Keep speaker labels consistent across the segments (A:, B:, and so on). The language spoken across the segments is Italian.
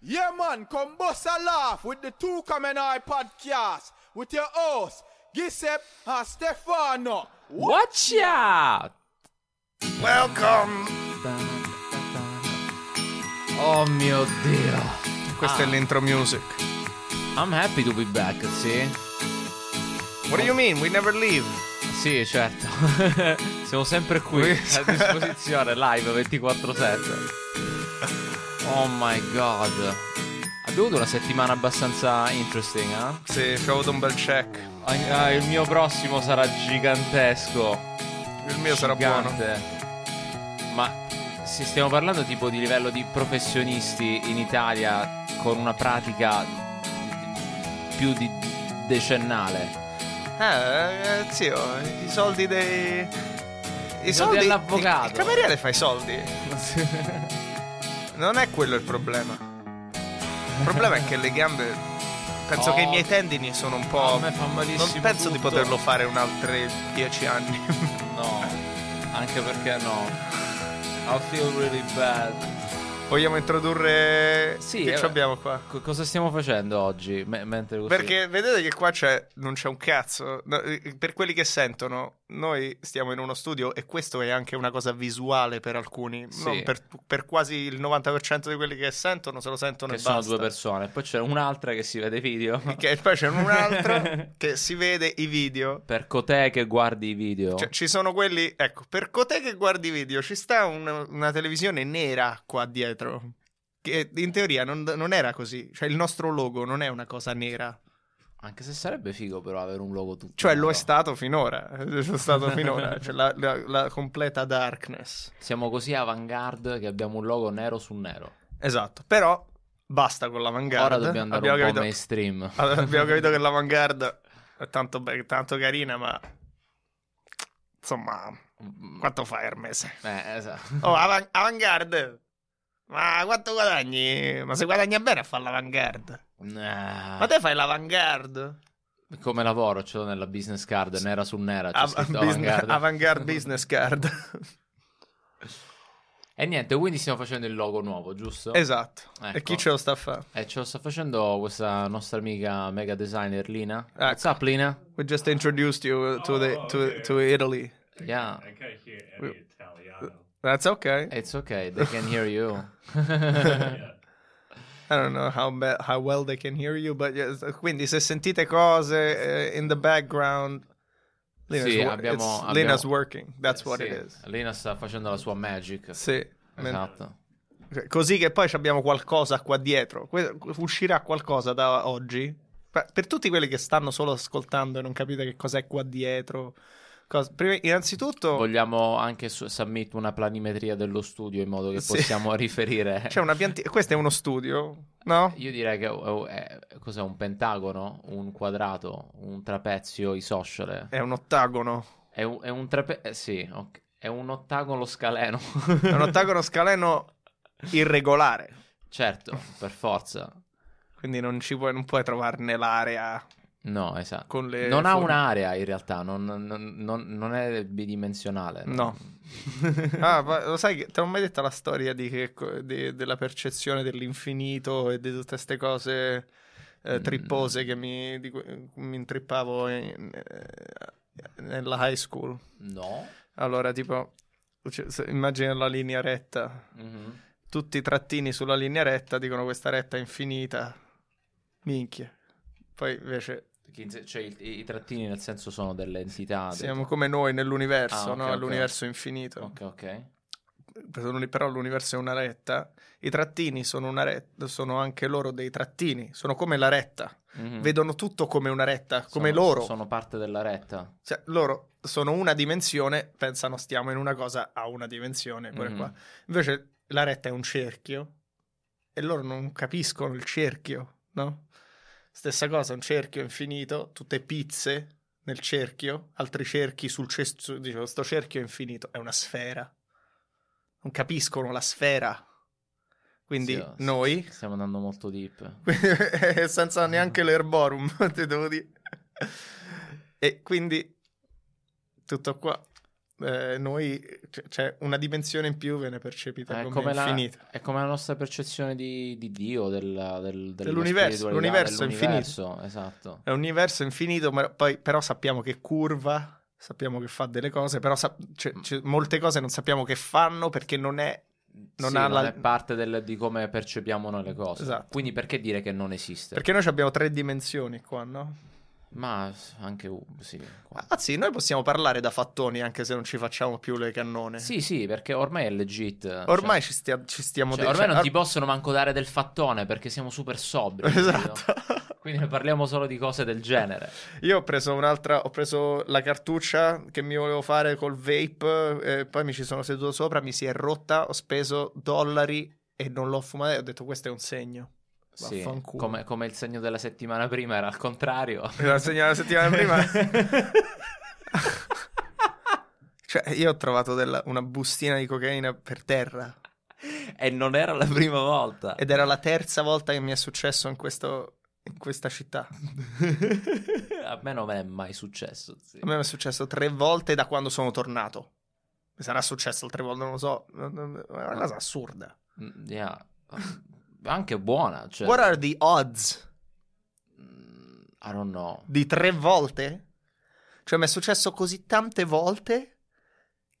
A: Yeah, man, come bust a laugh with the Two Common Eye podcast with your hosts, Gisep and Stefano.
B: Watch out!
C: Welcome!
B: Oh mio Dio!
C: Questa è l'intro music.
B: I'm happy to be back, sì?
C: What do you mean? We never leave.
B: Sì, certo. Siamo sempre qui, a disposizione, live 24-7. Oh my god. Abbiamo avuto una settimana abbastanza interesting, eh?
C: Sì, ci ho avuto un bel check.
B: Ah, ah, il mio prossimo sarà gigantesco.
C: Il mio sarà buono.
B: Gigante. Ma se stiamo parlando tipo di livello di professionisti in Italia con una pratica più di decennale.
C: Eh, eh, zio, i soldi dei... I
B: dell'avvocato.
C: Il, il cameriere fa i soldi. Non è quello il problema. Il problema è che le gambe... Penso
B: Oh. Ah,
C: che i miei tendini sono un po'...
B: A me fa malissimo
C: non penso di
B: tutto.
C: poterlo fare un altri dieci anni.
B: No, anche perché no. I feel really bad.
C: Vogliamo introdurre...
B: Sì,
C: Che
B: eh,
C: ci abbiamo qua?
B: Co- cosa stiamo facendo oggi? Me- mentre così-
C: Perché vedete che qua c'è, non c'è un cazzo. No, eh, per quelli che sentono, noi stiamo in uno studio e questo è anche una cosa visuale per alcuni.
B: Sì.
C: Non per, per quasi il 90% di quelli che sentono, se lo sentono
B: Che
C: e
B: sono
C: basta.
B: due persone. Poi c'è un'altra che si vede video.
C: Che- poi c'è un altro che si vede i video.
B: Per Cotè che guardi i video.
C: Cioè, ci sono quelli, ecco, per Cotè che guardi i video, ci sta una, una televisione nera qua dietro. Che in teoria non, non era così. Cioè, il nostro logo non è una cosa nera.
B: Anche se sarebbe figo però avere un logo tutto.
C: Cioè, lo
B: nero.
C: è stato finora. eh, Lo è stato finora. Cioè, la, la- la completa darkness.
B: Siamo così avant-garde che abbiamo un logo nero su nero.
C: Esatto. Però basta con l'avantgarde.
B: Ora dobbiamo andare
C: abbiamo
B: un po'
C: capito,
B: mainstream.
C: abbiamo capito che l'avantgarde è tanto, be- tanto carina, ma. Insomma, quanto fai al mese?
B: Eh, esatto.
C: Oh, avan- avant-garde! Ma quanto guadagni? Ma se guadagna bene a fare l'avantgarde.
B: Nah.
C: Ma te fai l'avantgarde?
B: Come lavoro, ce l'ho nella business card, nera su nera, c'è
C: Av-
B: scritto
C: business-
B: avant-garde.
C: avant-garde business card.
B: E niente, quindi stiamo facendo il logo nuovo, giusto?
C: esatto. E
B: Ecco.
C: chi ce lo sta a fare?
B: E ce lo sta facendo questa nostra amica mega designer Lina.
C: Ecco.
B: What's up Lina?
C: We just introduced you to the to to Italy.
B: Yeah,
D: I can't hear any Italiano.
C: That's okay.
B: it's okay, they can hear you.
C: I don't know how be- how well they can hear you, but yes, quindi se sentite cose eh, in the background, Lina's,
B: Sì,
C: wo-
B: abbiamo-
C: it's-
B: abbiamo-
C: Lina's working. That's what
B: Sì,
C: it is.
B: Lina sta facendo la sua magic.
C: Sì. men- cioè,
B: Esatto.
C: Così che poi ci abbiamo qualcosa qua dietro. Que- uscirà qualcosa da oggi. Per, per tutti quelli che stanno solo ascoltando e non capite che cos'è qua dietro. cos- prima- innanzitutto
B: Vogliamo anche su- submit una planimetria dello studio in modo che
C: Sì.
B: possiamo riferire.
C: c'è una piantina. Questo è uno studio, no?
B: Io direi che è- è, cos'è un pentagono, un quadrato, un trapezio isoscele.
C: È un ottagono.
B: È un, è un trape- eh, sì, ok. è un ottagono scaleno.
C: È un ottagono scaleno irregolare.
B: certo, per forza.
C: Quindi non, ci puoi, non puoi trovarne l'area
B: No, esatto.
C: con le.
B: non ha
C: forme.
B: un'area in realtà, non, non- non- non è bidimensionale.
C: No. Ah, ma lo sai, che ti ho mai detto la storia di che co- di- della percezione dell'infinito e di tutte queste cose eh,
B: Mm.
C: trippose che mi, di cui- mi intrippavo in- eh, nella high school.
B: No.
C: Allora, tipo, cioè, se- immagina la linea retta.
B: Mhm.
C: tutti i trattini sulla linea retta dicono questa retta è infinita. Minchia. Poi invece
B: Perché, Cioè, i, i trattini nel senso sono delle entità. del-
C: siamo come noi
B: Ah,
C: nell'universo,
B: ok,
C: no?
B: ok.
C: L'universo è infinito.
B: Ok, ok.
C: Però l'uni- Però l'universo è una retta. I trattini sono una retta, sono anche loro dei trattini, sono come la retta.
B: Mhm.
C: Vedono tutto come una retta, come
B: Sono-
C: loro.
B: Sono parte della retta.
C: Cioè, loro sono una dimensione, pensano stiamo in una cosa a una dimensione, pure
B: Mhm.
C: qua. Invece la retta è un cerchio e loro non capiscono il cerchio, no? Stessa cosa, un cerchio infinito, tutte pizze nel cerchio, altri cerchi sul cesto, dicevo, sto cerchio è infinito, è una sfera. Non capiscono la sfera. Quindi
B: Sì, sì,
C: noi,
B: Stiamo andando molto deep.
C: senza neanche l'erborum, ti devo dire. E quindi tutto qua. eh, noi c- c'è una dimensione in più viene percepita
B: È
C: come,
B: come, la,
C: infinita.
B: è come la nostra percezione di, di Dio, del, del, della
C: Dell'universo,
B: spiritualità,
C: l'universo è infinito.
B: dell'universo, Esatto.
C: È un universo infinito, ma poi però sappiamo che curva, sappiamo che fa delle cose, però sa- c'è-
B: Mm.
C: c'è- molte cose non sappiamo che fanno perché non è Non
B: Sì,
C: ha la-
B: è parte del- di come percepiamo noi le cose.
C: Esatto.
B: Quindi perché dire che non esiste?
C: perché noi abbiamo tre dimensioni qua, no?
B: Ma anche uh, sì. qua.
C: Ah sì, noi possiamo parlare da fattoni anche se non ci facciamo più le cannone.
B: Sì, sì, perché ormai è legit. cioè-
C: eh. Ormai ci, stia- ci stiamo
B: cioè,
C: de-
B: ormai
C: cioè,
B: non ti
C: or-
B: possono manco dare del fattone perché siamo super sobri. capito?
C: Esatto.
B: Quindi ne parliamo solo di cose del genere.
C: Io ho preso un'altra, ho preso la cartuccia che mi volevo fare col vape, eh, poi mi ci sono seduto sopra, mi si è rotta, ho speso dollari e non l'ho fumata e ho detto questo è un segno.
B: Sì,
C: Vaffanculo.
B: come, come il segno della settimana prima era al contrario.
C: Era il segno della settimana prima. Cioè io ho trovato della- una bustina di cocaina per terra
B: e non era la prima volta.
C: ed era la terza volta che mi è successo in, questo- in questa città.
B: A me non è mai successo. sì.
C: A me mi è successo tre volte da quando sono tornato. Mi sarà successo tre volte, non lo so. È una cosa assurda.
B: Mm, yeah. Anche buona. Cioè,
C: What are the odds
B: Mm, I don't know.
C: di tre volte? Cioè, mi è successo così tante volte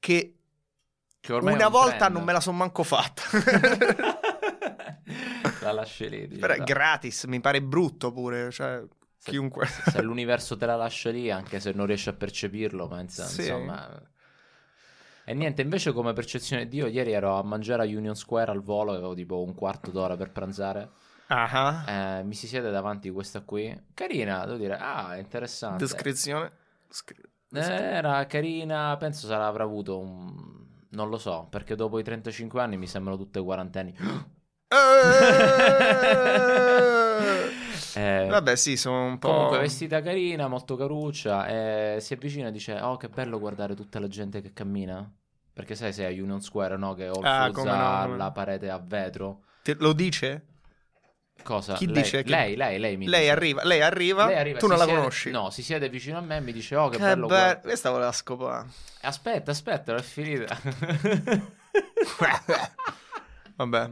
C: che
B: Che ormai è
C: una
B: un
C: volta
B: trend.
C: non me la sono manco fatta.
B: la lasci lì. dici,
C: Però è
B: dai.
C: gratis, mi pare brutto pure. Cioè,
B: Se-
C: chiunque.
B: Se l'universo te la lascia lì, anche se non riesci a percepirlo, pensa,
C: Sì.
B: insomma... E niente, invece come percezione di Dio, ieri ero a mangiare a Union Square al volo, avevo tipo un quarto d'ora per pranzare,
C: Ah,
B: Eh, mi si siede davanti questa qui, carina, devo dire, ah, interessante.
C: Descrizione. Scri-
B: Eh, Era carina, penso sarà, avrà avuto un... non lo so, perché dopo i 35 anni mi sembrano tutte quarantenni. Eh,
C: Vabbè, sì, sono un po'.
B: Comunque vestita carina, molto caruccia, eh, si avvicina e dice "Oh, che bello guardare tutta la gente che cammina". Perché sai se a Union Square, no, che Whole
C: Ah,
B: Foods
C: come no,
B: ha
C: come no.
B: la parete a vetro.
C: Te- lo dice?
B: Cosa?
C: Chi
B: lei,
C: dice che-
B: lei, lei, lei mi
C: Lei
B: dice.
C: arriva, lei arriva,
B: Lei arriva,
C: tu
B: si
C: non la
B: siede-
C: conosci. Eh,
B: No, si siede vicino a me e mi dice "Oh, che,
C: Che
B: bello".
C: bello.
B: guarda-".
C: Questa voleva scopare.
B: Aspetta, aspetta, non è finita.
C: Vabbè.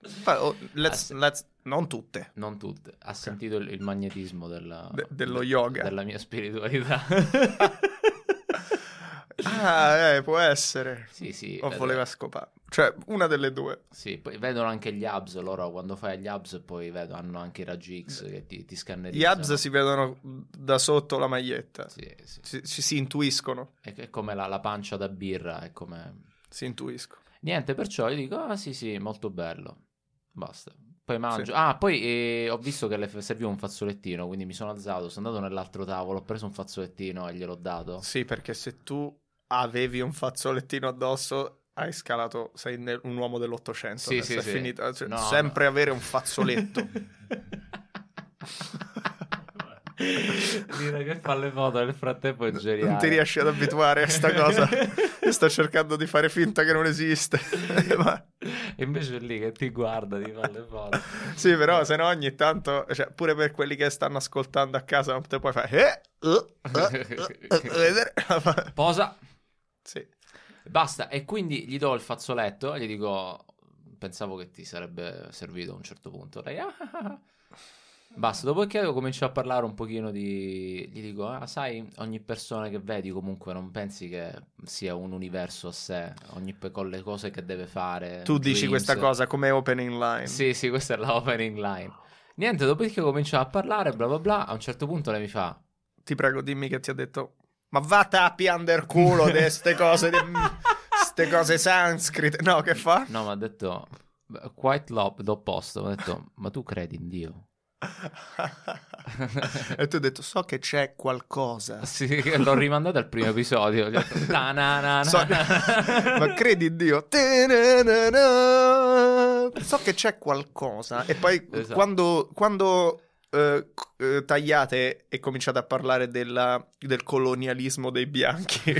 C: Fa- oh, let's-
B: Ah, sì.
C: let's- non tutte.
B: non tutte. Ha sentito il, il magnetismo della-
C: De- dello yoga.
B: della mia spiritualità.
C: Ah, eh, può essere.
B: sì, eh, sì.
C: O
B: vede-
C: voleva scopare. Cioè, una delle due.
B: Sì, poi vedono anche gli hubs loro quando fai gli hubs poi vedo, hanno anche i raggi X che ti, ti
C: Gli
B: scannerizzano.
C: abs si vedono da sotto la maglietta.
B: Sì, sì.
C: Si, si- si intuiscono.
B: È, è come la, la pancia da birra, è come...
C: Si intuiscono.
B: Niente, perciò io dico, ah sì sì, molto bello. Basta. Poi mangio. Ah, poi eh, ho visto che le f- serviva un fazzolettino, quindi mi sono alzato, sono andato nell'altro tavolo, ho preso un fazzolettino e gliel'ho dato.
C: Sì, perché se tu avevi un fazzolettino addosso, hai scalato. Sei ne- un uomo dell'Ottocento.
B: Sì,
C: adesso
B: sì,
C: è
B: sì.
C: finita. Cioè,
B: No,
C: sempre
B: no.
C: avere un fazzoletto.
B: Dire che fa le foto nel frattempo è geniale.
C: non ti riesci ad abituare a sta cosa. Io sto cercando di fare finta che non esiste. Ma-
B: E invece è lì che ti guarda, ti fa le foto.
C: Sì, però se no ogni tanto, cioè, pure per quelli che stanno ascoltando a casa, non te puoi fare... Eh, eh, eh, eh, eh, vedere.
B: Posa.
C: sì.
B: Basta. E quindi gli do il fazzoletto e gli dico... Pensavo che ti sarebbe servito a un certo punto. Lei... "Ah, ah, ah". Basta, dopodiché comincio a parlare un pochino di... Gli dico, ah, sai, ogni persona che vedi comunque non pensi che sia un universo a sé, ogni pe- con le cose che deve fare.
C: Tu dici
B: dreams".
C: questa cosa come opening line.
B: Sì, sì, questa è la opening line. Niente, dopodiché cominciamo a parlare, bla bla bla, a un certo punto lei mi fa...
C: Ti prego, dimmi che ti ha detto... Ma va tappi under culo di queste cose, di- ste cose sanscrite. No, che fa?
B: No, mi ha detto quite l'op- l'opposto. Mi ha detto, ma tu credi in Dio?
C: e tu hai detto, so che c'è qualcosa.
B: Sì, che l'ho rimandato al primo episodio. Gli ho detto, "Na, na, na, na,
C: So-
B: na".
C: ma credi in Dio? Ta-na-na-na. So che c'è qualcosa. E poi
B: Esatto.
C: quando, quando, eh, c- eh, tagliate e cominciate a parlare della- del colonialismo dei bianchi,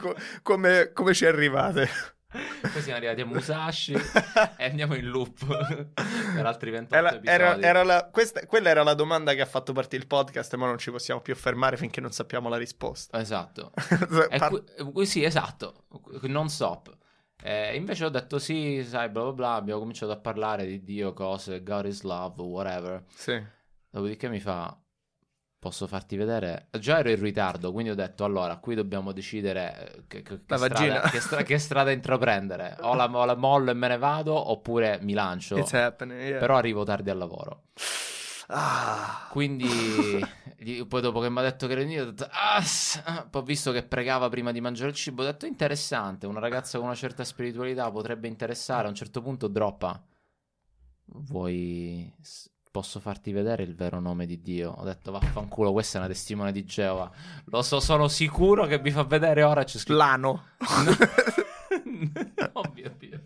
C: co- come, come ci arrivate?
B: Poi siamo arrivati a Musashi e andiamo in loop per altri 28
C: Era-
B: episodi.
C: era- era la- questa- quella era la domanda che ha fatto partire il podcast, ma non ci possiamo più fermare finché non sappiamo la risposta.
B: Esatto. E
C: Par-
B: que- que- sì, esatto, non stop. Eh, invece ho detto sì, sai, bla bla bla, abbiamo cominciato a parlare di Dio, cose, God is love, whatever.
C: sì.
B: Dopodiché mi fa, posso farti vedere? Già ero in ritardo, quindi ho detto, allora, qui dobbiamo decidere eh, che, che- che
C: La vagina.
B: strada, che, stra- che strada intraprendere. O la, o la mollo e me ne vado, oppure mi lancio,
C: It's happening, yeah.
B: però arrivo tardi al lavoro.
C: Ah.
B: Quindi, gli- poi dopo che mi ha detto che era venuto, ho detto, "Ah, s- ah", poi ho visto che pregava prima di mangiare il cibo, ho detto interessante, una ragazza con una certa spiritualità potrebbe interessare, a un certo punto droppa, vuoi, s- posso farti vedere il vero nome di Dio? Ho detto vaffanculo, questa è una testimone di Geova, lo so, sono sicuro che mi fa vedere ora, c'è scritto... "Oh,
C: L'ano.
B: No. Ovvio, ovvio.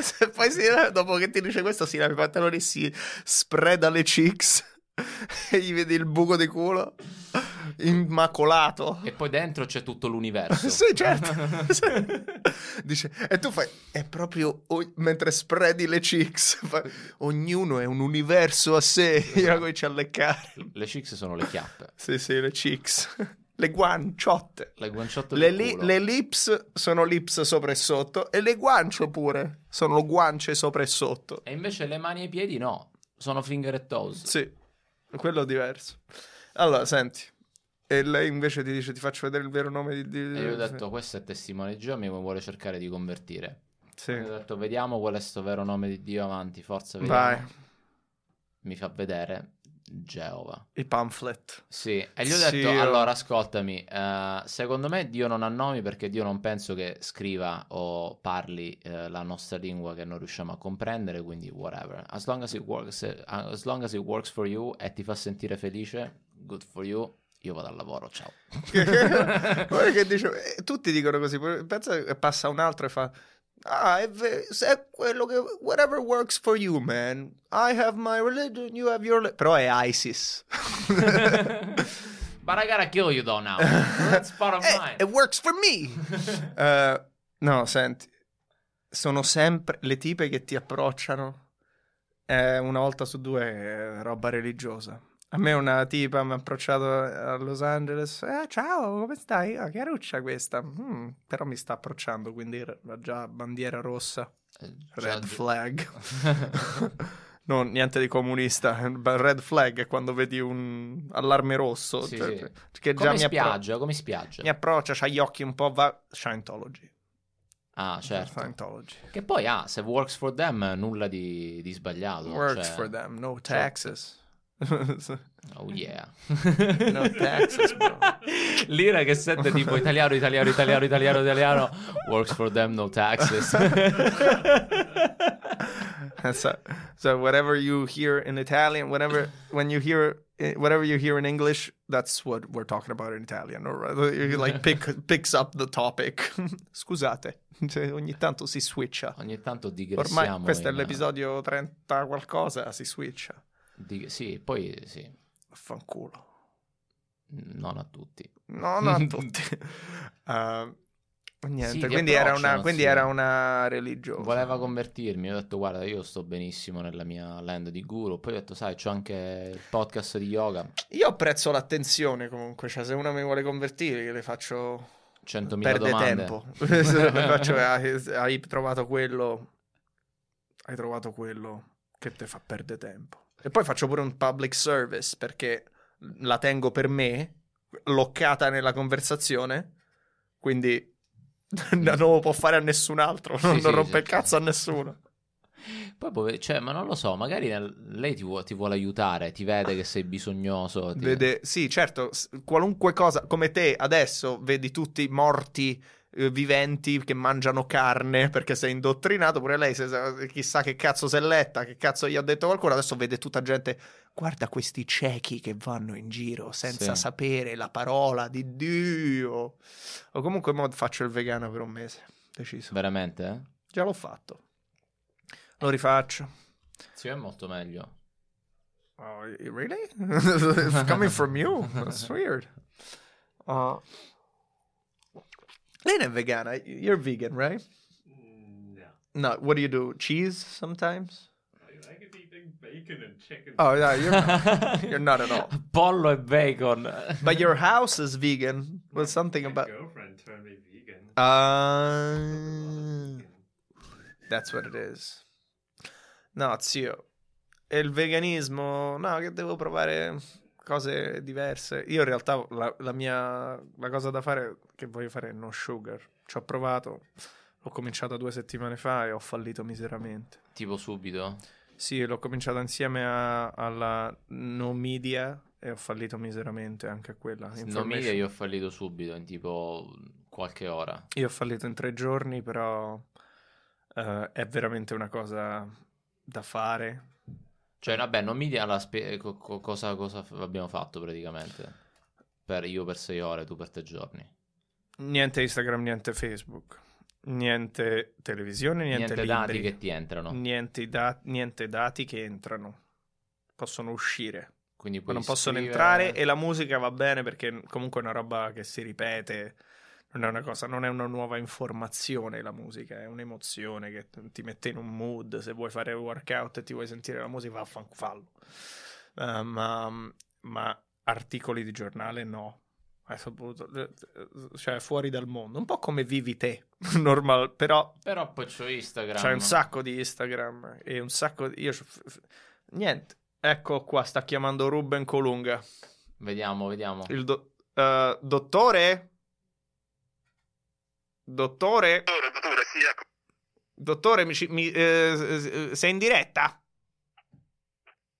C: Se poi si, dopo che ti dice questo, si lava i pantaloni e si spreda le cheeks e gli vedi il buco di culo immacolato.
B: E poi dentro c'è tutto l'universo.
C: Sì, certo. Sì. Dice, e tu fai, è proprio o- mentre spredi le cheeks, fai, ognuno è un universo a sé. Io comincio a leccare.
B: Le chicks sono le chiappe.
C: Sì, sì, le cheeks, le guanciotte.
B: Le guanciotte
C: Le,
B: del
C: li-
B: culo.
C: le lips sono lips sopra e sotto e le guance pure sono guance sopra e sotto.
B: E invece le mani e i piedi no, sono finger e toes.
C: Sì, quello è diverso. Allora, senti, e lei invece ti dice ti faccio vedere il vero nome di... di-
B: E Eh, io ho detto, questo è testimone di Geo, mi vuole cercare di convertire.
C: Sì.
B: Io ho detto, vediamo qual è sto vero nome di Dio avanti, forza, vediamo.
C: Vai,
B: Mi fa vedere Geova.
C: i pamphlet.
B: Sì, e gli ho detto,
C: Sì, oh.
B: allora ascoltami, eh, secondo me Dio non ha nomi perché Dio non penso che scriva o parli eh, la nostra lingua che non riusciamo a comprendere, quindi whatever. As long as it works, eh, as long as it works for you e ti fa sentire felice, good for you, io vado al lavoro, ciao.
C: Guarda che dice, eh, tutti dicono così, pure- pensa che passa un altro e fa... Ah, è, ve- se è quello che... Whatever works for you, man. I have my religion, you have your... li-" Però è ISIS.
B: But I gotta kill you though now. That's part of
C: Eh,
B: mine.
C: it works for me. Eh, no, senti, sono sempre le tipe che ti approcciano. eh, una volta su due eh, roba religiosa. A me una tipa mi ha approcciato a Los Angeles. "Eh, ciao, come stai? Ah, che ruccia questa. "Mm, però mi sta approcciando, quindi era già bandiera rossa,
B: Eh,
C: red
B: Judge-
C: flag. Non, niente di comunista. Red flag è quando vedi un allarme rosso.
B: Sì,
C: cioè,
B: sì.
C: Che già
B: come
C: mi appro-
B: spiaggia, come spiaggia.
C: mi approccia, c'ha gli occhi un po' va... Scientology.
B: Ah, certo.
C: Scientology.
B: Che poi, ah, se works for them, nulla di, di sbagliato.
C: Works
B: cioè-
C: for them, no
B: cioè-
C: taxes.
B: Oh yeah.
C: No taxes, bro.
B: L'ira che sente tipo italiano, italiano, italiano, italiano, italiano. Works for them, no taxes.
C: so, so whatever you hear in Italian, whatever when you hear eh, whatever you hear in English, that's what we're talking about in Italian. Or rather, you like pick, picks up the topic. Scusate, cioè, ogni tanto si switcha.
B: Ogni tanto digressiamo.
C: Ormai questo è
B: in-
C: l'episodio 30 qualcosa, si switcha.
B: di- Sì, poi sì.
C: Vaffanculo.
B: Non a tutti.
C: No, no, a tutti. Eh,
B: Sì,
C: niente,
B: ti
C: quindi, era una,
B: approcciano,
C: quindi
B: sì.
C: era una religiosa.
B: Voleva convertirmi, ho detto guarda io sto benissimo nella mia land di guru, poi ho detto sai c'ho anche il podcast di yoga,
C: Io apprezzo l'attenzione comunque, cioè se una mi vuole convertire io le faccio...
B: 100.000
C: Perde
B: domande.
C: tempo. le faccio, "Hai- hai trovato quello... Hai trovato quello che te fa perdere tempo. E poi faccio pure un public service perché la tengo per me, loccata nella conversazione, quindi... Non lo può fare a nessun altro,
B: Sì,
C: non
B: sì,
C: rompe il
B: sì.
C: cazzo a nessuno.
B: Poi pover- cioè, ma non lo so, magari nel- lei ti, vuo- ti vuole aiutare, ti vede che sei bisognoso. ti-
C: Vede- sì, certo, s- qualunque cosa, come te adesso vedi tutti morti eh, viventi che mangiano carne perché sei indottrinato, pure lei se- se- chissà che cazzo si è letta, che cazzo gli ha detto qualcuno, adesso vede tutta gente, guarda questi ciechi che vanno in giro senza
B: Sì.
C: sapere la parola di Dio. O comunque mo faccio il vegano per un mese, deciso.
B: Veramente? eh?
C: Già l'ho fatto. Lo rifaccio.
B: Sì, è molto meglio.
C: Oh, y- really? It's coming from you? That's weird. Uh, Lei non è vegana. You're vegan, right?
D: No.
C: No, what do you do? Cheese sometimes?
D: I could eat big bacon and chicken.
C: Oh, no, you're not. you're not at all.
B: Pollo e bacon.
C: But your house is vegan. Well, something
D: Mm-hmm. My
C: about.
D: girlfriend turned me vegan.
C: Uh, that's what it is. No, zio. E il veganismo, no, che devo provare cose diverse. Io in realtà la, la mia la cosa da fare che voglio fare è no sugar. Ci ho provato, l'ho cominciato due settimane fa e ho fallito miseramente.
B: tipo subito.
C: Sì, l'ho cominciato insieme a- alla Nomidia e ho fallito miseramente anche a quella.
B: Non
C: Information.
B: mica io ho fallito subito, in tipo qualche ora.
C: Io ho fallito in tre giorni, però eh, è veramente una cosa da fare.
B: Cioè, vabbè, non mi dia la spe- co- co- cosa, cosa f- abbiamo fatto praticamente. Per- io per sei ore, tu per tre giorni.
C: Niente Instagram, niente Facebook, niente televisione, niente,
B: Niente,
C: libri, Mm.
B: dati che ti entrano.
C: niente, da- niente dati che entrano. Possono uscire,
B: Quindi
C: ma
B: puoi
C: non possono
B: scrivere-
C: entrare e la musica va bene perché comunque è una roba che si ripete. Non è una cosa, non è una nuova informazione la musica, è un'emozione che t- ti mette in un mood. Se vuoi fare workout e ti vuoi sentire la musica, vaffan- fallo. Eh, ma, ma articoli di giornale no. Hai saputo, cioè fuori dal mondo, un po' come vivi te, normal, però
B: Però poi c'ho Instagram.
C: c'è un sacco di Instagram e un sacco di... Io... c'ho- f- f- Niente. Ecco qua, sta chiamando Ruben Colunga.
B: Vediamo, vediamo.
C: Il do- eh, dottore? Dottore?
E: Dottore, dottore, sì, ecco.
C: Dottore, mi ci- mi- eh, eh, sei in diretta?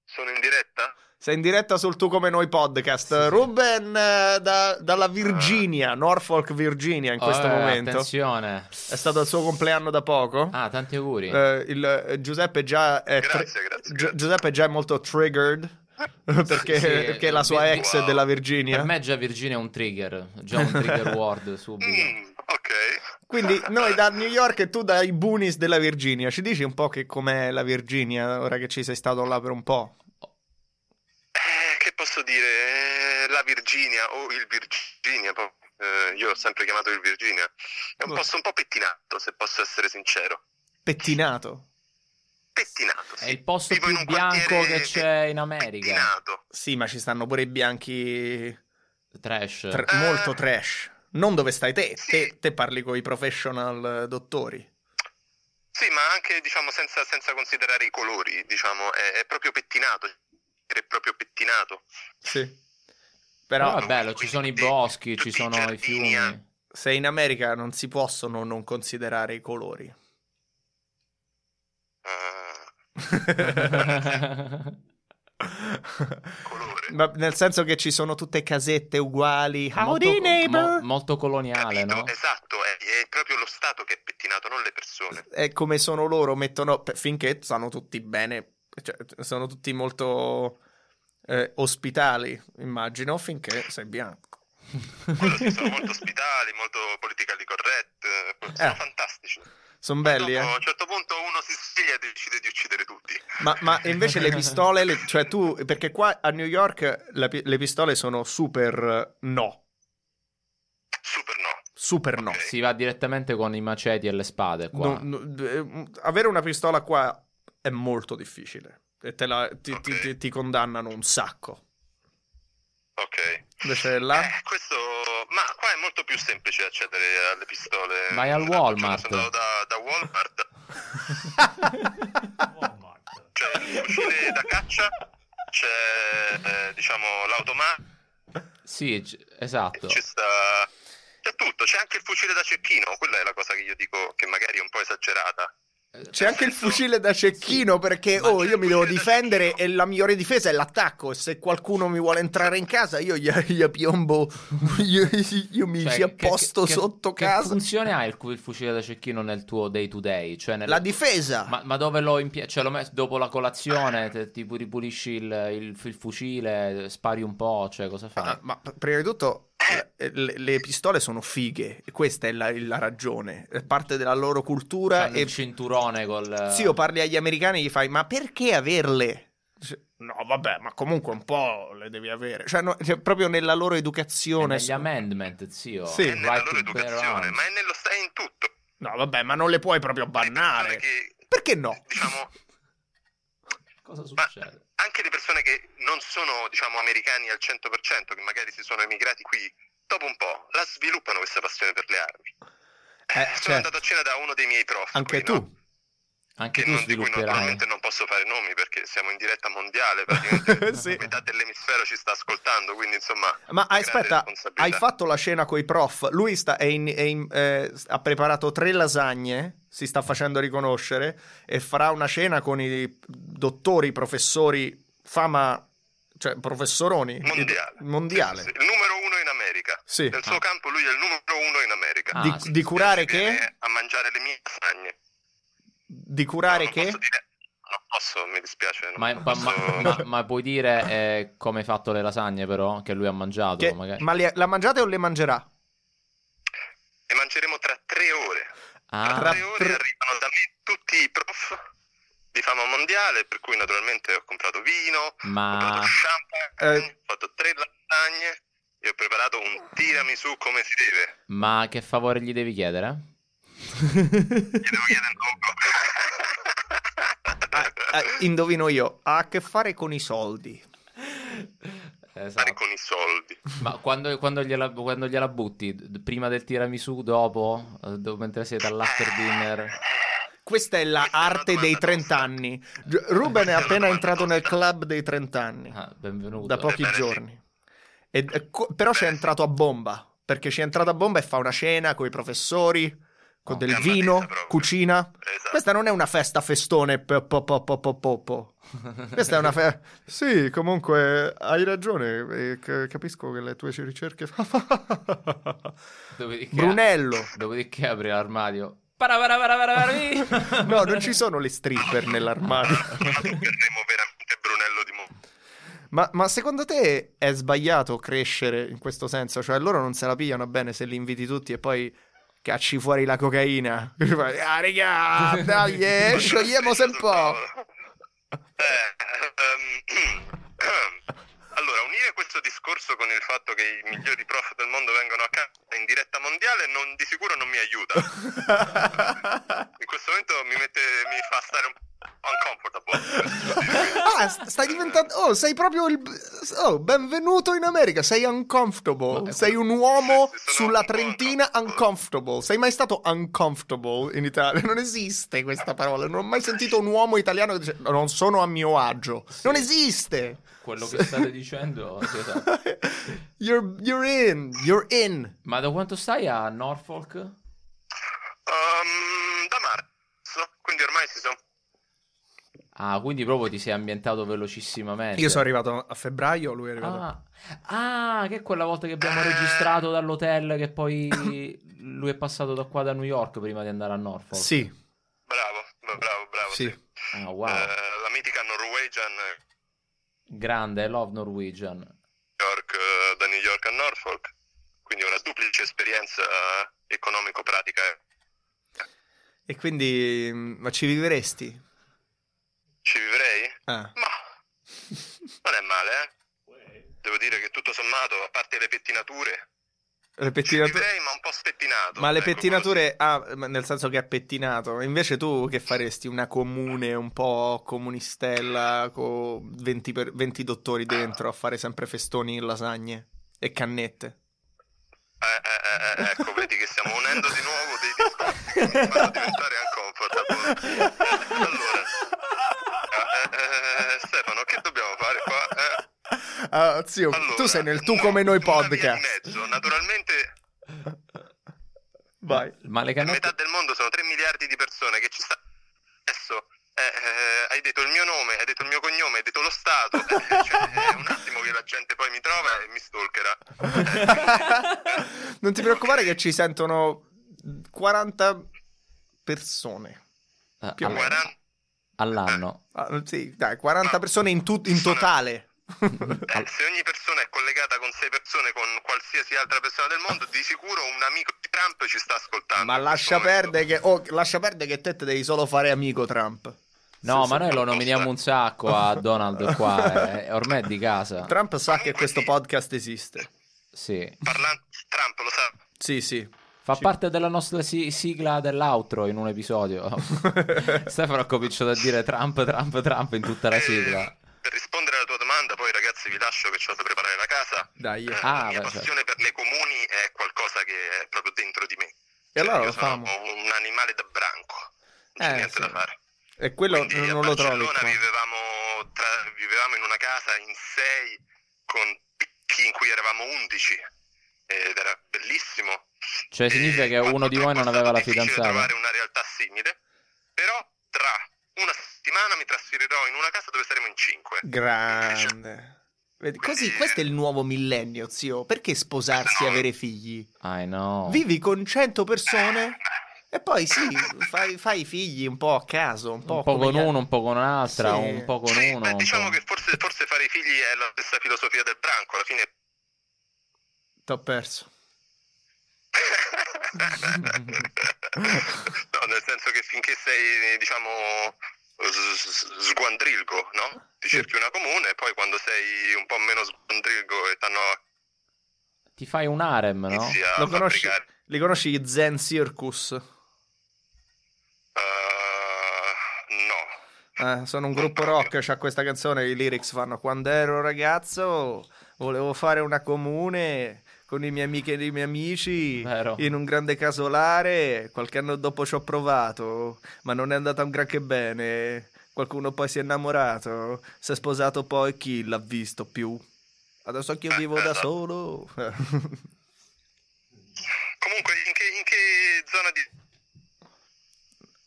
E: Sono in diretta?
C: Sei in diretta sul Tu Come Noi podcast.
B: Sì, sì.
C: Ruben eh, da-
E: Ah.
C: dalla Virginia, Norfolk, Virginia in questo
B: Eh,
C: momento.
B: Attenzione.
C: È stato il suo compleanno da poco.
B: Ah, tanti auguri.
C: Eh, il, eh, Giuseppe già è
E: Grazie,
C: tri-
E: grazie,
C: Gi-
E: grazie. Eh,
C: Giuseppe già è molto triggered perché,
B: Sì, sì,
C: perché la sua
B: beh,
C: ex è
E: wow.
C: della
B: Per
C: Virginia.
B: me già Virginia è un trigger, già un trigger word subito.
E: Mm, ok.
C: Quindi noi da New York e tu dai Boonies della Virginia. Ci dici un po' che com'è la Virginia ora che ci sei stato là per un po'?
E: Eh, che posso dire? Eh, La Virginia o il Virginia, po- eh, io l'ho sempre chiamato il Virginia. È un
C: Oh.
E: posto un po' pettinato, se posso essere sincero.
C: Pettinato.
E: Pettinato, sì.
B: È il posto
E: Vivo in
B: più
E: un
B: bianco che
E: quartiere
B: c'è in America.
E: Pettinato.
C: Sì, ma ci stanno pure i bianchi
B: Trash.
C: tr-
E: Eh.
C: molto trash. Non dove stai te.
E: Sì.
C: Te, te parli con i professional eh, dottori.
E: Sì, ma anche, diciamo, senza, senza considerare i colori, diciamo, è, è proprio pettinato. È proprio pettinato.
C: Sì.
B: Però
C: Però
B: è bello, ci sono i boschi, ci sono i fiumi.
C: se in America non si possono non considerare i colori.
E: Ah, colore.
C: Ma nel senso che ci sono tutte casette uguali. Howdy,
B: Molto-
C: neighbor!
B: mo- molto coloniale,
E: Capito?
B: no?
E: Esatto, è, è proprio lo Stato che è pettinato, non le persone.
C: È come sono loro, mettono per- finché stanno tutti bene, cioè, sono tutti molto eh, ospitali, immagino, finché sei bianco.
E: Quello sì, sono molto ospitali, molto politically correct, eh, sono
C: Eh.
E: fantastici.
C: Sono belli,
E: Dopo, A
C: eh?
E: un certo punto uno si sveglia e decide di uccidere tutti.
C: Ma, ma invece le pistole, le- cioè tu, perché qua a New York la pi- le pistole sono super eh, no,
E: Super no.
C: super no.
B: Si va direttamente con i maceti e le spade qua.
C: No, no, eh, avere una pistola qua è molto difficile e te la- ti, ti- ti- ti condannano un sacco.
E: Ok.
C: Invece là,
E: Eh, questo... Ma qua è molto più semplice accedere alle pistole.
B: Vai al
E: L'altro
B: Walmart.
E: giorno Sono andato da, da Walmart,
D: Walmart.
E: cioè nel fucile da caccia c'è, eh, diciamo, l'automatico,
B: Sì, c- esatto.
E: c'è, sta- c'è tutto, c'è anche il fucile da cecchino, quella è la cosa che io dico che magari è un po' esagerata.
C: c'è anche il fucile da cecchino perché
E: Ma
C: oh,
E: c'è
C: io
E: il
C: mi devo
E: fucile da
C: difendere
E: cecchino.
C: e la migliore difesa è l'attacco. E se qualcuno mi vuole entrare in casa, io gli, gli piombo, io, io mi
B: Cioè,
C: ci apposto
B: che- che-
C: sotto
B: che
C: casa.
B: funzione ha il, cu- il fucile da cecchino nel tuo day to day? Cioè nel-
C: La difesa.
B: ma, ma dove lo impie- cioè, lo met- dopo la colazione, te- ti pu- ripulisci il, il- il fucile, spari un po', cioè cosa fai?
C: Ah, ma pr- prima di tutto eh, le, le pistole sono fighe, e questa è la, la ragione, è parte della loro cultura
B: C'hanno
C: e
B: il cinturone col...
C: Zio, parli agli americani e gli fai: Ma perché averle? Cioè, No, vabbè, ma comunque un po' le devi avere. Cioè, no, cioè, proprio nella loro educazione.
B: Eh, Negli amendment, zio.
C: Sì.
E: è nella
B: Right
E: loro
B: to bear
E: educazione,
B: arms.
E: ma è nello sta in tutto.
C: No, vabbè, ma non le puoi proprio
E: Le persone
C: bannare.
E: Eh, diciamo che,
C: Perché no?
E: diciamo,
B: Cosa
E: Ma-
B: succede?
E: anche le persone che non sono, diciamo, americani al 100%, che magari si sono emigrati qui, dopo un po' la sviluppano questa passione per le armi.
C: Eh,
E: sono
C: certo.
E: andato a cena da uno dei miei prof.
C: Anche tu.
B: Anche
E: Che
B: tu
E: non, di cui
B: svilupperai.
E: naturalmente non posso fare nomi perché siamo in diretta mondiale, praticamente
C: Sì.
E: metà dell'emisfero ci sta ascoltando, quindi insomma...
C: Ma ah,
E: grande
C: aspetta,
E: responsabilità.
C: hai fatto la cena coi prof. Lui sta- è in- è in- eh, ha preparato tre lasagne, si sta facendo riconoscere, e farà una cena con i dottori, i professori, fama, cioè professoroni.
E: Mondiale.
C: Mondiale.
E: Sì, sì. Il numero uno in America.
C: Sì.
E: Nel suo
B: Ah.
E: campo lui è il numero uno in America.
B: Ah,
C: Di,
B: sì.
C: di curare
E: Viene
C: che?
E: A mangiare le mie lasagne.
C: Di
E: No,
C: curare
E: non
C: che?
E: Posso dire- non posso, mi dispiace. non
B: Ma, ma-
E: posso-
B: ma- ma- ma puoi dire eh, come hai fatto le lasagne, però? Che lui ha mangiato?
C: Che-
B: magari.
C: ma le- la mangiate o le mangerà?
E: Le mangeremo tra tre ore.
B: Ah,
E: Tra
C: Tra
E: tre ore
C: tre-
E: arrivano da me tutti i prof di fama mondiale, per cui naturalmente ho comprato vino, ho
B: ma
E: comprato champagne,
C: Eh.
E: ho fatto tre lasagne e ho preparato un tiramisù come si deve.
B: Ma che favore gli devi chiedere?
E: Gli devo chiedere il nome.
C: Eh, indovino io, ha a che fare con i soldi.
B: Esatto.
E: con i soldi.
B: Ma quando, quando gliela, quando gliela butti? D- Prima del tiramisù, dopo? Eh, do- mentre siete all'after dinner?
C: Questa è la
E: Questa è una
C: arte dei
E: domanda
C: 30
E: tosta.
C: anni. Gi- Ruben è
E: Questa è una
C: appena
E: domanda
C: entrato nel
E: tosta.
C: club dei 30 anni.
B: Ah, benvenuto.
C: da pochi
E: Eh, beh, sì.
C: giorni. E- e co- però ci è
E: Beh, sì.
C: entrato a bomba, perché ci è entrato a bomba e fa una cena con i professori, con
B: Oh,
C: del
E: gamba
C: vino,
E: tesa proprio.
C: cucina.
E: Esatto.
C: Questa non è una festa festone. po- po- po- po- po- po- po. Questa è una festa. sì, comunque hai ragione. capisco che le tue ricerche.
B: Dopodiché,
C: Brunello.
B: Dopodiché apri l'armadio. Para, para, para, para, para, via.
C: No, non ci sono le stripper nell'armadio.
E: Verremo veramente Brunello di Monte.
C: Ma, ma secondo te è sbagliato crescere in questo senso? Cioè, loro non se la pigliano bene se li inviti tutti e poi cacci fuori la cocaina. ah, regà, dai, eh, sciogliamo se un po'.
E: Eh, ehm, allora, unire questo discorso con il fatto che i migliori prof del mondo vengono a casa in diretta mondiale non, di sicuro non mi aiuta. In questo momento mi, mette, mi fa stare un po' uncomfortable.
C: ah, s- stai diventando. Oh, sei proprio il. Oh, benvenuto in America. Sei uncomfortable. Sei un uomo
E: Sì, sono
C: sulla
E: un po'
C: trentina
E: uncomfortable.
C: uncomfortable. Sei mai stato uncomfortable in Italia? Non esiste questa parola. Non ho mai sentito un uomo italiano che dice non sono a mio agio. Non esiste.
B: Quello che state dicendo. sì, esatto.
C: you're, you're in. You're in.
B: Ma da quanto stai a Norfolk?
E: Um, da marzo, quindi ormai si sono...
B: Ah, quindi proprio ti sei ambientato velocissimamente.
C: Io sono arrivato a febbraio, lui è arrivato.
B: Eh,
C: Eh.
B: Ah, ah, che è quella volta che abbiamo registrato dall'hotel che poi lui è passato da qua da New York prima di andare a Norfolk.
C: Sì,
E: Bravo, bravo, bravo.
C: sì.
E: sì.
B: Ah, wow.
E: Eh, la mitica Norwegian eh,
B: Grande, love Norwegian.
E: New York, eh, da New York a Norfolk, quindi una duplice esperienza eh, economico-pratica.
C: E quindi. mm, Ma ci vivresti?
E: Ci vivrei?
C: Ah.
E: Ma non è male, eh.
D: Uè,
E: Devo dire che tutto sommato, a parte le pettinature,
C: Le
E: ci
C: pettinature.
E: vivrei ma un po' spettinato.
C: Ma le
E: ecco,
C: pettinature, ah, ma nel senso che è pettinato. Invece tu che faresti? Una comune un po' comunistella con 20, per- 20 dottori dentro a fare sempre festoni, lasagne e cannette.
E: Eh, eh, eh, eh, ecco, vedi che stiamo unendo di nuovo dei discorsi che mi fanno diventare uncomfortable. Allora, eh, eh, eh, Stefano, che dobbiamo fare qua? Eh,
C: Ah, zio,
E: allora,
C: tu sei nel tu
E: no,
C: come noi
E: una via di
C: podcast.
E: mezzo, naturalmente
C: Vai.
B: Ma le
E: metà
B: cannette...
E: del mondo sono 3 miliardi di persone che ci stanno adesso eh, eh, hai detto il mio nome hai detto il mio cognome hai detto lo stato eh, cioè, è un attimo che la gente poi mi trova e mi stalkerà
C: non ti preoccupare che ci sentono 40 persone.
B: Ah,
C: più o
B: all-
C: meno.
E: 40
B: all'anno.
C: Ah, sì, dai, 40 persone in, tut- in totale.
E: eh, se ogni persona è collegata con 6 persone con qualsiasi altra persona del mondo di sicuro un amico di Trump ci sta ascoltando
C: Ma
E: in questo
C: lascia
E: momento.
C: perdere che, oh, lascia perdere che te, te devi solo fare amico Trump.
B: No,
C: Sì,
B: ma
C: sì.
B: noi lo nominiamo un sacco a Donald qua, eh, ormai è di casa.
C: Trump sa che questo podcast esiste.
B: Sì.
E: Parlando Trump lo sa.
C: Sì, sì.
B: Fa
C: Sì.
B: parte della nostra si- sigla dell'outro in un episodio. Stefano ha cominciato a dire Trump, Trump, Trump in tutta la
E: Eh,
B: sigla.
E: Per rispondere alla tua domanda, poi ragazzi vi lascio che ci ho da preparare la casa.
C: Dai.
E: Eh,
B: Ah,
E: la mia
B: beh, certo.
E: passione per le comuni è qualcosa che è proprio dentro di me.
C: E
E: Cioè,
C: allora
E: io
C: lo
E: sono
C: famo.
E: un animale da branco, non c'è
C: Eh,
E: niente
C: sì.
E: da fare.
C: E quello
E: Quindi a
C: non lo trovi.
E: Barcellona
C: qua.
E: vivevamo, tra- vivevamo in una casa in sei con picchi in cui eravamo undici ed era bellissimo.
B: Cioè significa
E: E
B: che uno di voi non
E: quanto è
B: aveva la
E: stato difficile
B: fidanzata.
E: trovare una realtà simile, però tra una settimana mi trasferirò in una casa dove saremo in cinque.
C: Grande. Vedi, Così, questo è il nuovo millennio, zio. Perché sposarsi e avere figli?
B: I know.
C: Vivi con 100 persone
E: Eh,
C: e poi sì, fai, fai figli un po' a caso, un po',
B: un po'
C: come
B: con
C: gli al-
B: uno, un po' con un'altra,
C: Sì.
B: un po' con
E: eh. Sì,
B: uno.
E: beh,
B: un
E: diciamo
B: po'.
E: che forse, forse fare figli è la stessa filosofia del branco, alla fine...
C: T'ho perso.
E: no, nel senso che finché sei, diciamo, s- s- sguandrilgo, no? Ti
C: Sì.
E: cerchi una comune e poi quando sei un po' meno sguandrilgo e t'hanno
B: Ti fai un harem, no?
E: inizi a
C: Lo conosci?
E: fabbricare.
C: Li conosci gli Zen Circus?
E: Eh, no.
C: Eh, sono un gruppo rock, c'ha questa canzone, i lyrics fanno Quando ero ragazzo volevo fare una comune con i miei amiche e i miei amici
B: Vero.
C: in un grande casolare, qualche anno dopo ci ho provato, ma non è andata un granché bene. Qualcuno poi si è innamorato, si è sposato poi chi l'ha visto più? Adesso che io vivo da solo.
E: Comunque, in che, in che zona di...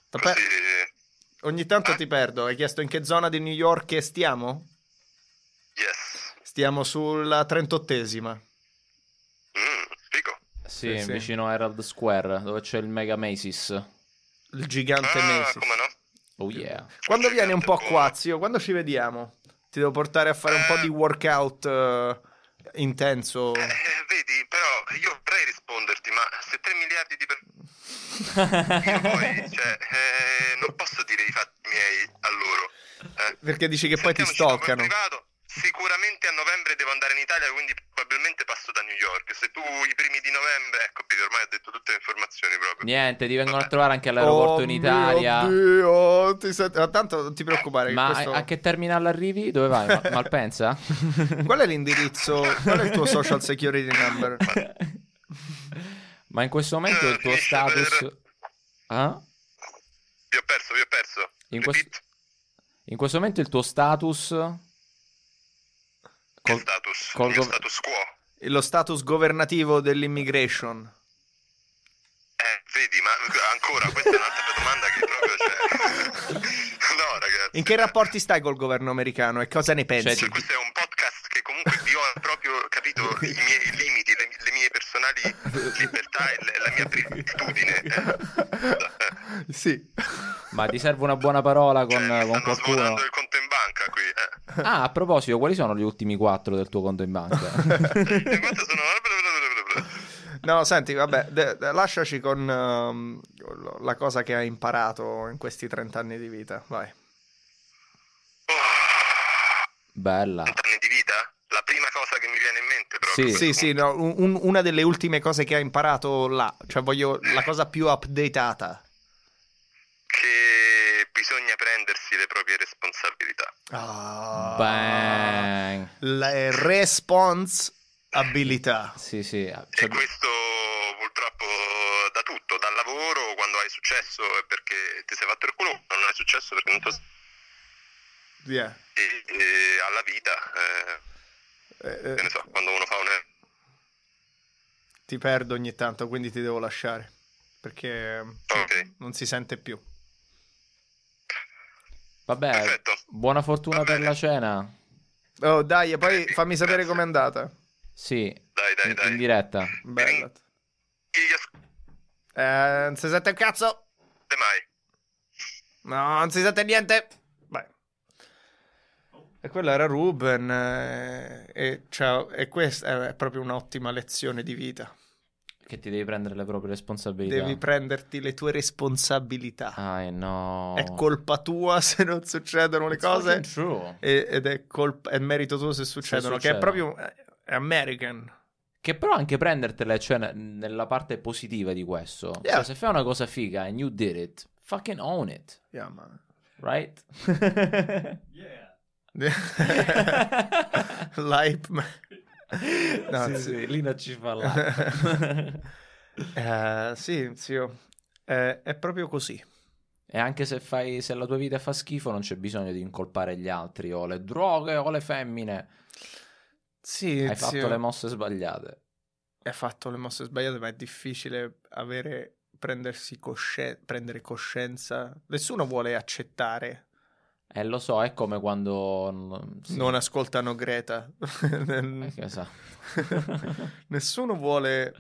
C: Vabbè,
E: così-
C: ogni tanto ti perdo, hai chiesto in che zona di New York stiamo?
E: Yes.
C: Stiamo sulla 38esima.
E: Mm, figo.
B: Sì,
C: Sì, sì.
B: vicino a Herald Square, dove c'è il Mega Macy's.
C: Il gigante
E: Ah,
C: Macy's.
E: come no?
B: Oh yeah.
C: Quando vieni un po'
E: Gigante
C: qua,
E: buono.
C: zio, quando ci vediamo? Ti devo portare a fare un po' di workout eh, intenso.
E: Eh, vedi, però io vorrei risponderti, ma se 3 miliardi di persone... Io poi, cioè, eh, non posso dire i fatti miei a loro. eh.
C: Perché dici che poi ti
E: Sentiamoci dopo in
C: stoccano.
E: privato. Sicuramente a novembre devo andare in Italia, quindi probabilmente passo da New York. Se tu i primi di novembre, ecco, vedi, ormai ho detto tutte le informazioni proprio.
B: Niente, ti vengono a
E: Vabbè.
B: trovare anche all'aeroporto
C: Oh
B: in
C: mio
B: Italia.
C: Dio, ti senti- ma tanto non ti preoccupare.
B: Ma
C: questo-
B: a che terminal arrivi? Dove vai? Ma- Malpensa?
C: Qual è l'indirizzo? Qual è il tuo social security number?
B: Ma in questo momento il tuo
E: Eh,
B: status...
E: per-
B: Ah?
E: Vi ho perso, vi ho perso.
B: In questo,
E: Repeat,
B: in questo momento il tuo status...
E: che
B: Col-
E: status?
B: col
E: Il mio
B: gov-
E: status quo.
C: Lo status governativo dell'immigration.
E: Eh, vedi, ma ancora, questa è un'altra domanda che proprio c'è. no, ragazzi.
C: In che rapporti stai col governo americano e cosa ne pensi?
E: Cioè, questo è un podcast che comunque io ho proprio capito i miei limiti, le, le mie personali libertà e le- la mia prittitudine. Eh,
C: sì.
B: Ma ti serve una buona parola
E: cioè,
B: con,
E: mi
B: con
E: stanno
B: qualcuno?
E: svuotando il conto in banca qui. Eh.
B: Ah, a proposito, quali sono gli ultimi quattro del tuo conto in banca?
E: E Cioè, quanto sono...
C: No, senti, vabbè, de- de- lasciaci con ehm, la cosa che hai imparato in questi 30 anni di vita. Vai.
B: Bella.
E: 30 Oh. anni di vita? La prima cosa che mi viene in mente proprio.
B: Sì.
C: Sì, sì, no, un- un- una delle ultime cose che hai imparato là, cioè voglio la cosa più updatata.
E: Che bisogna prendersi le proprie responsabilità.
C: Ah,
B: Bang.
C: Le responsabilità.
B: Sì, sì.
E: E
B: cioè-
E: questo purtroppo da tutto, dal lavoro, quando hai successo è perché ti sei fatto il culo, quando non è successo perché non ti
C: Yeah.
E: e, e alla vita, eh,
C: Eh,
E: che ne
C: eh,
E: so, quando uno fa un...
B: Eh,
C: ti perdo ogni tanto, quindi ti devo lasciare. Perché ehm,
E: Ok,
C: non si sente più.
B: Vabbè,
E: perfetto.
B: buona fortuna
E: Va
B: per
E: bene.
B: la cena.
C: Oh, dai, e
E: Eh,
C: poi fammi sapere com'è andata.
B: Sì,
E: Dai, dai,
B: in, in
E: dai.
B: diretta.
C: Bella.
E: Chi gli ascolta
C: Eh, non si sente un cazzo.
E: mai?
C: No, non si sente niente. Vai. E quello era Ruben. eh, E, cioè, e questa è proprio un'ottima lezione di vita.
B: Che ti devi prendere le proprie responsabilità.
C: Devi prenderti le tue responsabilità.
B: Ah, no.
C: È colpa tua se non succedono le
B: It's
C: cose.
B: fucking true.
C: e- ed è, colpa, è merito tuo se succedono. Che è
B: succedono.
C: proprio eh, è American.
B: Che però anche prendertele, cioè, ne- nella parte positiva di questo. Cioè,
C: Yeah.
B: se fai una cosa figa and you did it, fucking own it,
C: Yeah, man.
B: right?
D: Yeah.
C: L'hype man. No,
B: sì,
C: sì.
B: sì, Lina ci fa l'acqua.
C: Eh, sì, zio. Eh, è proprio così.
B: E anche se, fai, se la tua vita fa schifo, non c'è bisogno di incolpare gli altri o le droghe o le femmine.
C: Sì,
B: Hai
C: zio.
B: fatto le mosse sbagliate.
C: Hai fatto le mosse sbagliate, ma è difficile avere, prendersi coscien- prendere coscienza. Nessuno vuole accettare.
B: E Eh, lo so, è come quando. sì.
C: Non ascoltano Greta.
B: Eh, che sa.
C: Nessuno vuole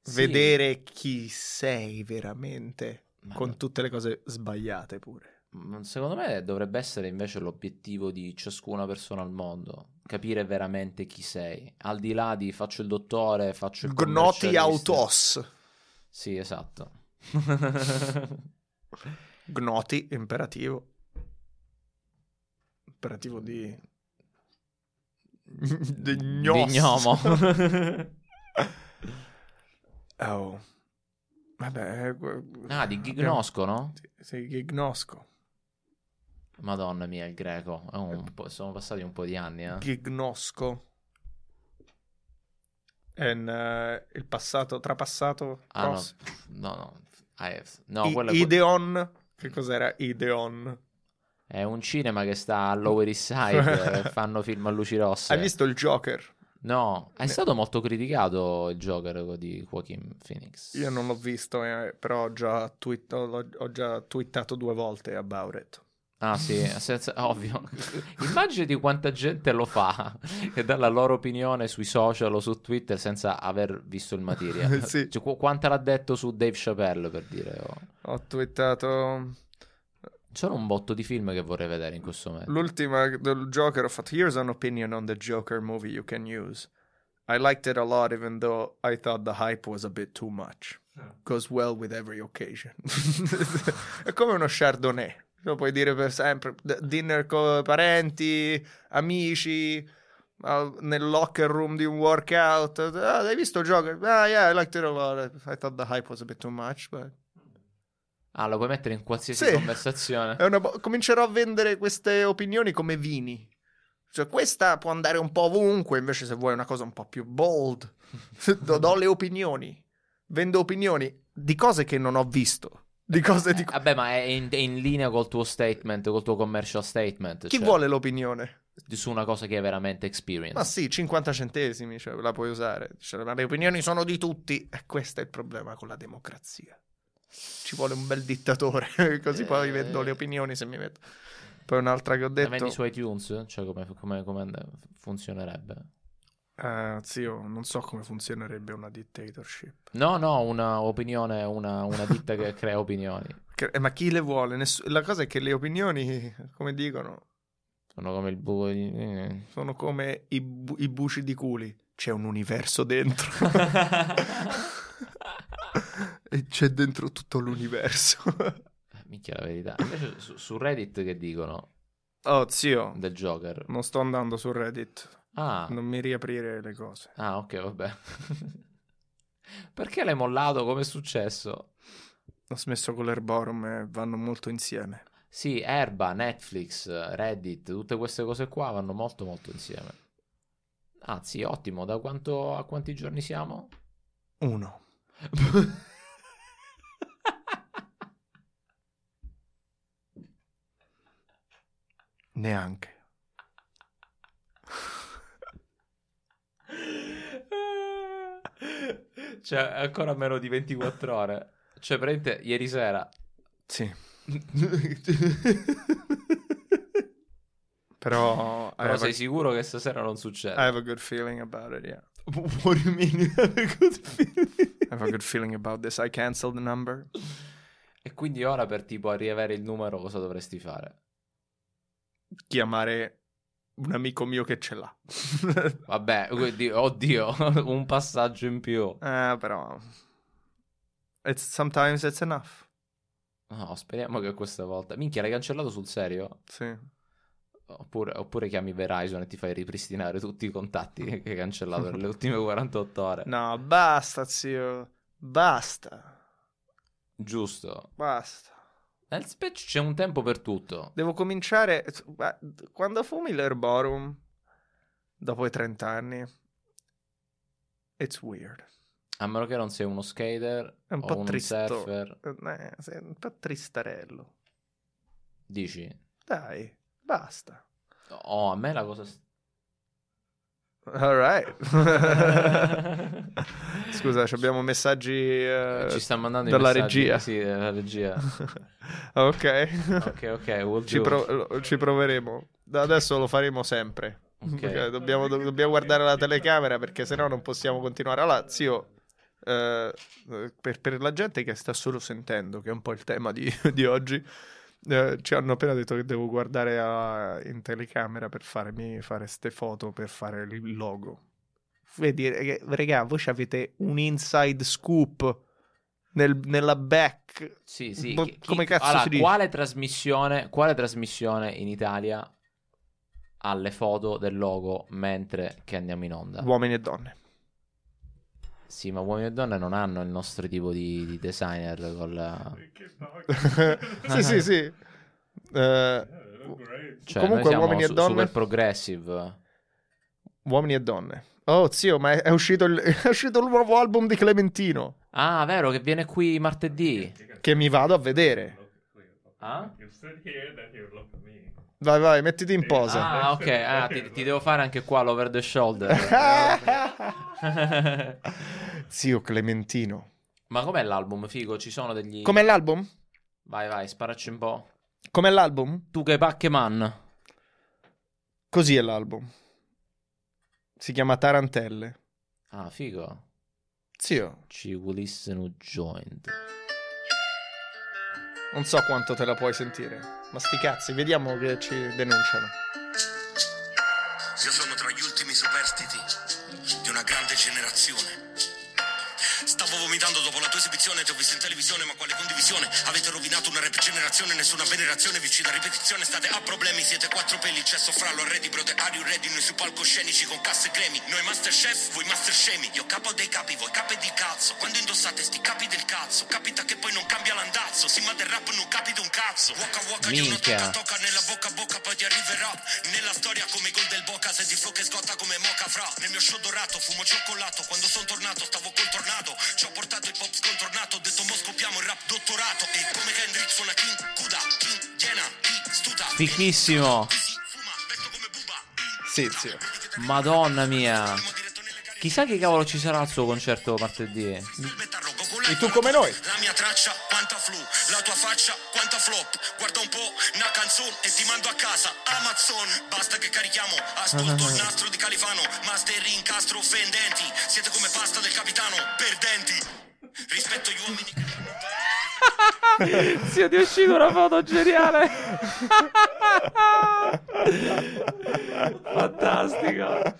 B: Sì.
C: vedere chi sei veramente,
B: Ma-
C: con tutte le cose sbagliate pure.
B: Mm, Secondo me dovrebbe essere invece l'obiettivo di ciascuna persona al mondo, capire veramente chi sei, al di là di faccio il dottore, faccio il
C: Gnoti
B: commercialista.
C: autos.
B: Sì, esatto.
C: Gnoti, imperativo. Imperativo di... di gnos.
B: gnomo.
C: oh. Vabbè. eh, gu-
B: ah, di Gignosco, no?
C: Sì, Sì, Gignosco.
B: Madonna mia, il greco. È un po'- sono passati un po' di anni, eh.
C: Gignosco. And, eh, il passato, trapassato.
B: Ah, no.
C: cos-
B: No, no. Ah, eh, no,
C: I-
B: quello è-
C: Ideon. Che cos'era Ideon?
B: è un cinema che sta a Lower East Side, eh, fanno film a luci rosse.
C: Hai visto il Joker?
B: No, è
C: Ne-
B: stato molto criticato il Joker di Joaquin Phoenix.
C: Io non l'ho visto, eh, però ho già, tweet- ho- ho già twittato due volte about it.
B: Ah sì, senza- ovvio. Immaginati quanta gente lo fa e dà la loro opinione sui social o su Twitter senza aver visto il materiale.
C: Sì.
B: Cioè, qu- quanta l'ha detto su Dave Chappelle per dire. oh.
C: Ho twittato
B: Sono un botto di film che vorrei vedere in questo momento.
C: l'ultima del Joker, ho fatto Here's an opinion on the Joker movie you can use. I liked it a lot even though I thought the hype was a bit too much. Goes well with every occasion. È come uno chardonnay. Lo puoi dire per sempre. D- Dinner con parenti, amici, al- nel locker room di un workout. Ah, hai visto il Joker? Ah, yeah, I liked it a lot. I thought the hype was a bit too much, but...
B: Ah, lo puoi mettere in qualsiasi
C: Sì. Eh,
B: conversazione.
C: È una bo- comincerò a vendere queste opinioni come vini. Cioè, questa può andare un po' ovunque, invece se vuoi una cosa un po' più bold, do, do le opinioni. Vendo opinioni di cose che non ho visto, di cose di
B: Eh,
C: cui...
B: Vabbè, ma è in, è in linea col tuo statement, col tuo commercial statement.
C: Chi
B: cioè,
C: vuole l'opinione?
B: di- Su una cosa che è veramente experience.
C: Ma sì, 50 centesimi, cioè, la puoi usare. Cioè, ma le opinioni sono di tutti. E questo è il problema con la democrazia. Ci vuole un bel dittatore, così poi
B: Eh.
C: vendo le opinioni se mi metto. Poi un'altra che ho
B: Ma
C: detto...
B: Vendi su iTunes? Cioè, come, come- come and- funzionerebbe?
C: Eh, zio, non so come funzionerebbe una dictatorship.
B: No, no, una opinione, una, una ditta che crea opinioni.
C: Che- eh, ma chi le vuole? Ness- la cosa è che le opinioni, come dicono,
B: Sono come il buco. di-
C: sono come i, bu- i buci di culi. C'è un universo dentro. e c'è dentro tutto l'universo.
B: Minchia la verità. Invece su, su Reddit che dicono
C: oh, zio,
B: del Joker?
C: non sto andando su Reddit.
B: Ah,
C: Non mi riaprire le cose.
B: ah ok, vabbè. Perché l'hai mollato? Come è successo?
C: Ho smesso con l'erborum e vanno molto insieme.
B: Sì, Erba, Netflix, Reddit, tutte queste cose qua vanno molto molto insieme. Anzi, ottimo, da quanto, a quanti giorni siamo?
C: Uno. Neanche.
B: cioè, ancora meno di 24 ore. Cioè, praticamente ieri sera.
C: Sì. Però, I,
B: Però
C: have
B: sei
C: a,
B: sicuro che stasera non succede?
C: I have a good feeling about it, yeah.
B: What do you mean you have a good feeling?
C: I have a good feeling about this. I cancel the number.
B: E quindi ora per tipo riavere il numero cosa dovresti fare?
C: Chiamare un amico mio che ce l'ha.
B: Vabbè, quindi, oddio, un passaggio in più.
C: eh, però... It's, sometimes it's enough.
B: No, speriamo che questa volta... Minchia, l'hai cancellato sul serio?
C: Sì.
B: Oppure, oppure chiami Verizon e ti fai ripristinare tutti i contatti che hai cancellato nelle ultime 48 ore.
C: No, basta, zio. Basta.
B: Giusto.
C: Basta.
B: Nel specie c'è un tempo per tutto.
C: Devo cominciare. ma Quando fumi l'erborum, dopo i 30 anni, it's weird.
B: A meno che non sei uno skater
C: È un
B: o
C: po'
B: un
C: tristo.
B: surfer.
C: Eh, sei un po' tristarello.
B: Dici?
C: Dai, basta.
B: Oh, a me la cosa... st-
C: All right. Scusa, ci abbiamo messaggi. eh,
B: Ci sta mandando i
C: dalla
B: messaggi.
C: regia.
B: Sì, la regia.
C: ok.
B: ok, ok, we'll
C: Ci,
B: do it.
C: pro- lo- ci proveremo. Da adesso lo faremo sempre.
B: Ok.
C: Perché Dobbiamo, do- dobbiamo guardare la telecamera perché sennò non possiamo continuare. Allora, zio, eh, per, per la gente che sta solo sentendo, che è un po' il tema di, di oggi, eh, ci hanno appena detto che devo guardare a- in telecamera per farmi fare ste foto, per fare il logo. Vedi, reg- regà, voi avete un inside scoop nel- nella back
B: Sì, sì.
C: Ma
B: chi- chi-
C: boh, come cazzo
B: allora,
C: si dice?
B: Quale trasmissione, quale trasmissione in Italia ha le foto del logo mentre che andiamo in onda?
C: uomini e donne.
B: Sì, ma uomini e donne non hanno il nostro tipo di, di designer col...
C: sì, sì, sì. Eh,
B: Cioè,
C: Comunque,
B: noi siamo
C: uomini e
B: su-
C: donne-
B: super progressive.
C: uomini e donne. Oh, zio, ma è, è uscito il, è uscito il nuovo album di Clementino.
B: Ah, vero, che viene qui martedì.
C: Che mi vado a vedere.
B: Ah?
D: You sit here, then you look at me.
C: Vai, vai, mettiti in posa.
B: Ah, ok, ah, ti, ti devo fare anche qua l'over the shoulder.
C: zio Clementino.
B: ma com'è l'album, figo? Ci sono degli...
C: Com'è l'album?
B: Vai, vai, sparacci un po'.
C: Com'è l'album?
B: Tu che pacche man.
C: Così è l'album. Si chiama Tarantelle.
B: Ah, figo.
C: Zio,
B: Ci volissero joint.
C: non so quanto te la puoi sentire. Ma sti cazzi, vediamo che ci denunciano.
F: Io sono tra gli ultimi superstiti di una grande generazione. Stavo vomitando dopo la tua esibizione, ti ho visto in televisione, ma quale condivisione? Avete rovinato una rap generazione, nessuna venerazione, vicina ripetizione, state a problemi, siete quattro peli, c'è soffrallo, arredi, brote, ario, ready, noi su palcoscenici con casse e gremi, noi master chef, voi master scemi, io capo dei capi, voi capi di cazzo, quando indossate sti capi del cazzo, capita che poi non cambia l'andazzo, si ma del rap non capite un cazzo, waka waka, io non
B: Minchia.
F: tocca tocca nella bocca a bocca, poi ti arriverà, nella storia come i gol del Boca, se di flow che scotta come moca fra, nel mio show dorato, fumo cioccolato, quando sono tornato stavo col tornado, ci ho portato il pop scontornato, ho detto mo scoppiamo il rap dottorato, e come Kendrick suona King Kuda, King Diena, King Stuta,
B: Fichissimo.
F: chi si fuma, vecchio come buba,
C: Sì, zio.
B: Madonna mia.
F: andiamo diretto nelle cariche,
B: Chissà che cavolo ci sarà al suo concerto martedì.
F: il metarroco con la
C: E tu come noi?
F: La mia traccia, quanta flu, la tua faccia, quanta flop. Guarda un po', una canzone e ti mando a casa. Amazon, basta che carichiamo. Ascolto il nastro di Califano, master incastro fendenti. Siete come pasta del capitano, perdenti. Rispetto agli uomini che
B: Zio, ti è uscita una foto geniale. Fantastico.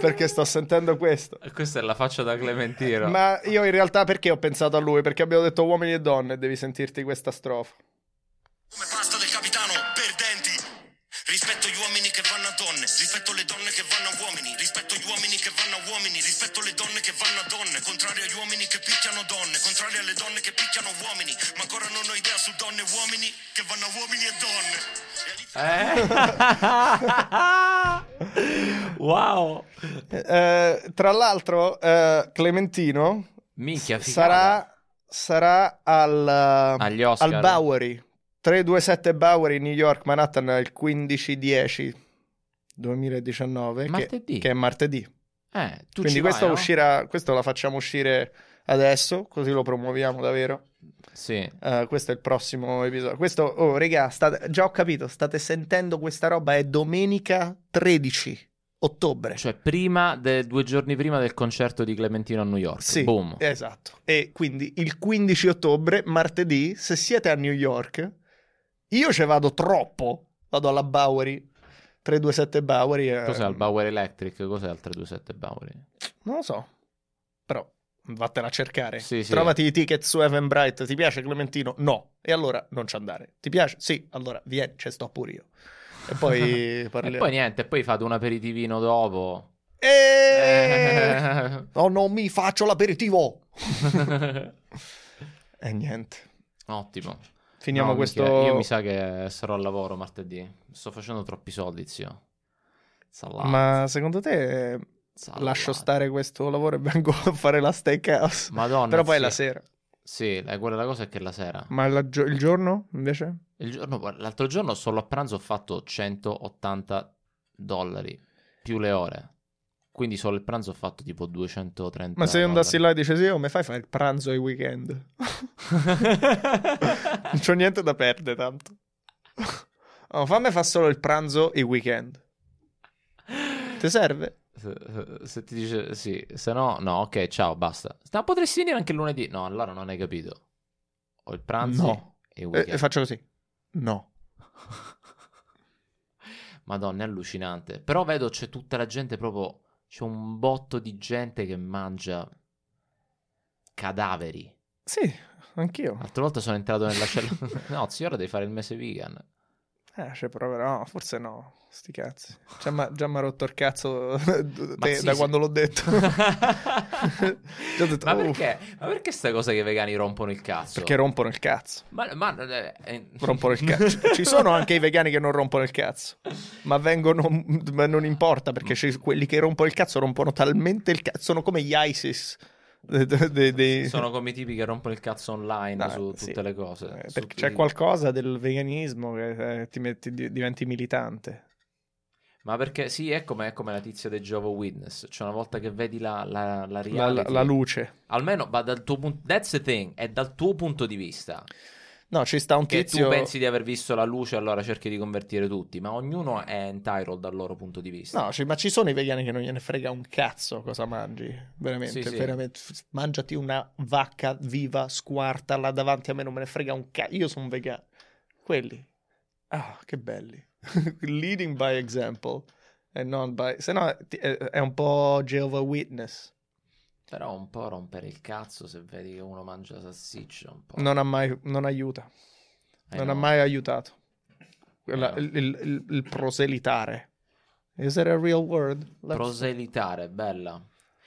C: Perché sto sentendo questo.
B: Questa è la faccia da Clementino.
C: Ma io in realtà perché ho pensato a lui? Perché abbiamo detto uomini e donne, devi sentirti questa strofa.
F: come pasta del capitano, perdenti. Rispetto agli uomini che vanno a donne, rispetto alle donne che vanno a uomini, rispetto agli uomini che vanno a uomini, rispetto alle donne che vanno a donne, contrario agli uomini che picchiano donne, contrario alle donne che picchiano uomini, ma ancora non ho idea su donne e uomini che vanno a uomini e donne. E lì-
B: Eh? wow.
C: Eh, tra l'altro, eh, Clementino
B: Minchia, figata.
C: sarà, sarà al,
B: Agli
C: al
B: Oscar.
C: Bowery 327 Bowery New York, Manhattan il 15-10 2019,
B: Martedì.
C: Che, che è martedì.
B: Eh, tu
C: Quindi
B: ci
C: questo,
B: vai, no?
C: uscirà, questo la facciamo uscire adesso, così lo promuoviamo davvero.
B: Sì.
C: Eh, questo è il prossimo episodio. Questo, oh, regà, state- già ho capito, state sentendo questa roba, è domenica 13 ottobre.
B: Cioè, prima de- due giorni prima del concerto di Clementino a New York.
C: Sì,
B: Boom.
C: esatto. E quindi il 15 ottobre, martedì, se siete a New York, io ci vado troppo, vado alla Bowery, 327 Bowery. eh,
B: Cos'è il Bauer Electric? Cos'è il 327 Bauer?
C: Non lo so, però vattene a cercare.
B: Sì, sì.
C: Trovati i ticket su Eventbrite. Ti piace Clementino? No. E allora non ci andare. Ti piace? Sì. Allora vieni, ci sto pure io. E poi parliamo.
B: E poi niente, poi fate un aperitivino dopo.
C: Eh. E...
B: Eh.
C: No, non mi faccio l'aperitivo. E niente.
B: Ottimo.
C: Finiamo
B: No,
C: questo.
B: minchia, Io mi sa che sarò al lavoro martedì. Sto facendo troppi soldi, zio. Salato.
C: Ma secondo te eh,
B: salato.
C: lascio stare questo lavoro e vengo a fare la steakhouse?
B: Madonna.
C: Però poi è
B: zio.
C: la sera.
B: Sì, eh, quella la cosa è che è la sera.
C: Ma la gio- il giorno invece?
B: Il giorno- guarda, l'altro giorno solo a pranzo ho fatto 180 dollari più le ore. Quindi solo il pranzo ho fatto tipo 230.
C: Ma se io
B: dollari.
C: andassi là e dicessi, oh, mi fai fare il pranzo ai weekend? non c'ho niente da perdere tanto. Oh, fammi fare solo il pranzo e weekend. Ti serve? Eh,
B: Se- Se ti dice sì, se no, no, ok, ciao, basta. Ma potresti venire anche lunedì? No, allora non hai capito. Ho il pranzo
C: No.
B: e
C: Eh,
B: il
C: E- E,
B: weekend.
C: faccio così. No.
B: Madonna, è allucinante. Però vedo c'è tutta la gente proprio. C'è un botto di gente che mangia cadaveri.
C: Sì, anch'io.
B: L'altra volta sono entrato nella cellula. no, zio, ora devi fare il mese vegan.
C: Eh, cioè, proverò. No, forse no. Sti cazzi. Già mi già m'ha rotto il cazzo te-
B: Ma sì,
C: da
B: sì.
C: quando l'ho detto. Già ho detto,
B: ma
C: "Uff".
B: perché? Ma perché sta cosa che i vegani rompono il cazzo?
C: Perché rompono il cazzo.
B: ma, ma- eh, eh,
C: Rompono il cazzo. ci sono anche i vegani che non rompono il cazzo. Ma vengono. Ma non importa perché ci- quelli che rompono il cazzo rompono talmente il cazzo. Sono come gli ISIS. De- de- de- dei-
B: Sono come i tipi che rompono il cazzo online
C: No,
B: su
C: sì.
B: tutte le cose.
C: Eh,
B: Su
C: Perché
B: tutti
C: c'è
B: i-
C: qualcosa del veganismo che eh, ti metti- di- diventi militante.
B: Ma perché sì, è come, è come la tizia del Jehovah Witness. Cioè, una volta che vedi la, la, la
C: La, la-
B: reality,
C: la luce.
B: almeno va dal tuo punto. That's the thing, è dal tuo punto di vista.
C: No, ci sta un
B: Che
C: tizio.
B: tu pensi di aver visto la luce, allora cerchi di convertire tutti. Ma ognuno è entitled dal loro punto di vista.
C: No, ci- ma ci sono i vegani che non gliene frega un cazzo cosa mangi. Veramente,
B: Sì, sì.
C: veramente. F- Mangiati una vacca viva, squartala davanti a me, non me ne frega un cazzo. Io sono vegano. Quelli. Ah, che belli. Leading by example. E non by... Se no ti- è, è un po' Jehovah Witness.
B: Però un po' rompere il cazzo se vedi che uno mangia salsiccia. Un po'.
C: Non, ha mai, non aiuta.
B: Ah. Eh
C: non
B: no.
C: ha mai aiutato. Quella-
B: Eh no.
C: il, il- il- il proselitare. Is that a real word? Let's-
B: Proselitare, bella.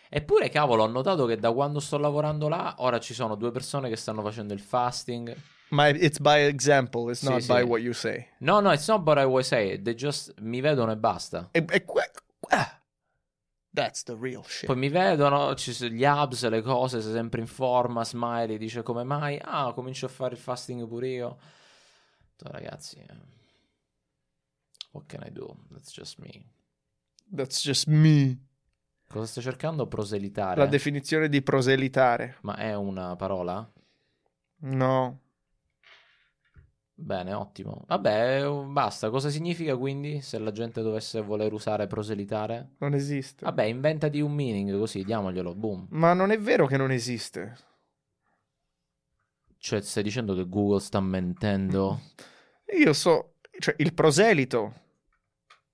B: Eppure, cavolo, ho notato che da quando sto lavorando là, ora ci sono due persone che stanno facendo il fasting.
C: Ma it's by example, it's
B: Sì,
C: not
B: sì.
C: by what you say.
B: No, no, it's not what I always say. They just mi vedono e basta.
C: E, e que- ah. That's the real shit.
B: Poi mi vedono, ci sono gli abs, le cose, sei sempre in forma, smiley, dice come mai? Ah, comincio a fare il fasting pure io. Ho detto, Ragazzi, eh, what can I do? That's just me.
C: That's just me.
B: Cosa stai cercando? Proselitare?
C: La definizione di proselitare.
B: Ma è una parola?
C: No.
B: Bene, ottimo. Vabbè, eh, basta. Cosa significa quindi se la gente dovesse voler usare proselitare?
C: Non esiste.
B: Vabbè, inventati un meaning così, diamoglielo, boom.
C: Ma non è vero che non esiste.
B: Cioè, stai dicendo che Google sta mentendo?
C: Io so, cioè il proselito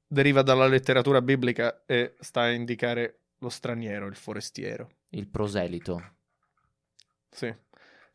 C: deriva dalla letteratura biblica e sta a indicare lo straniero, il forestiero.
B: Il proselito.
C: Sì.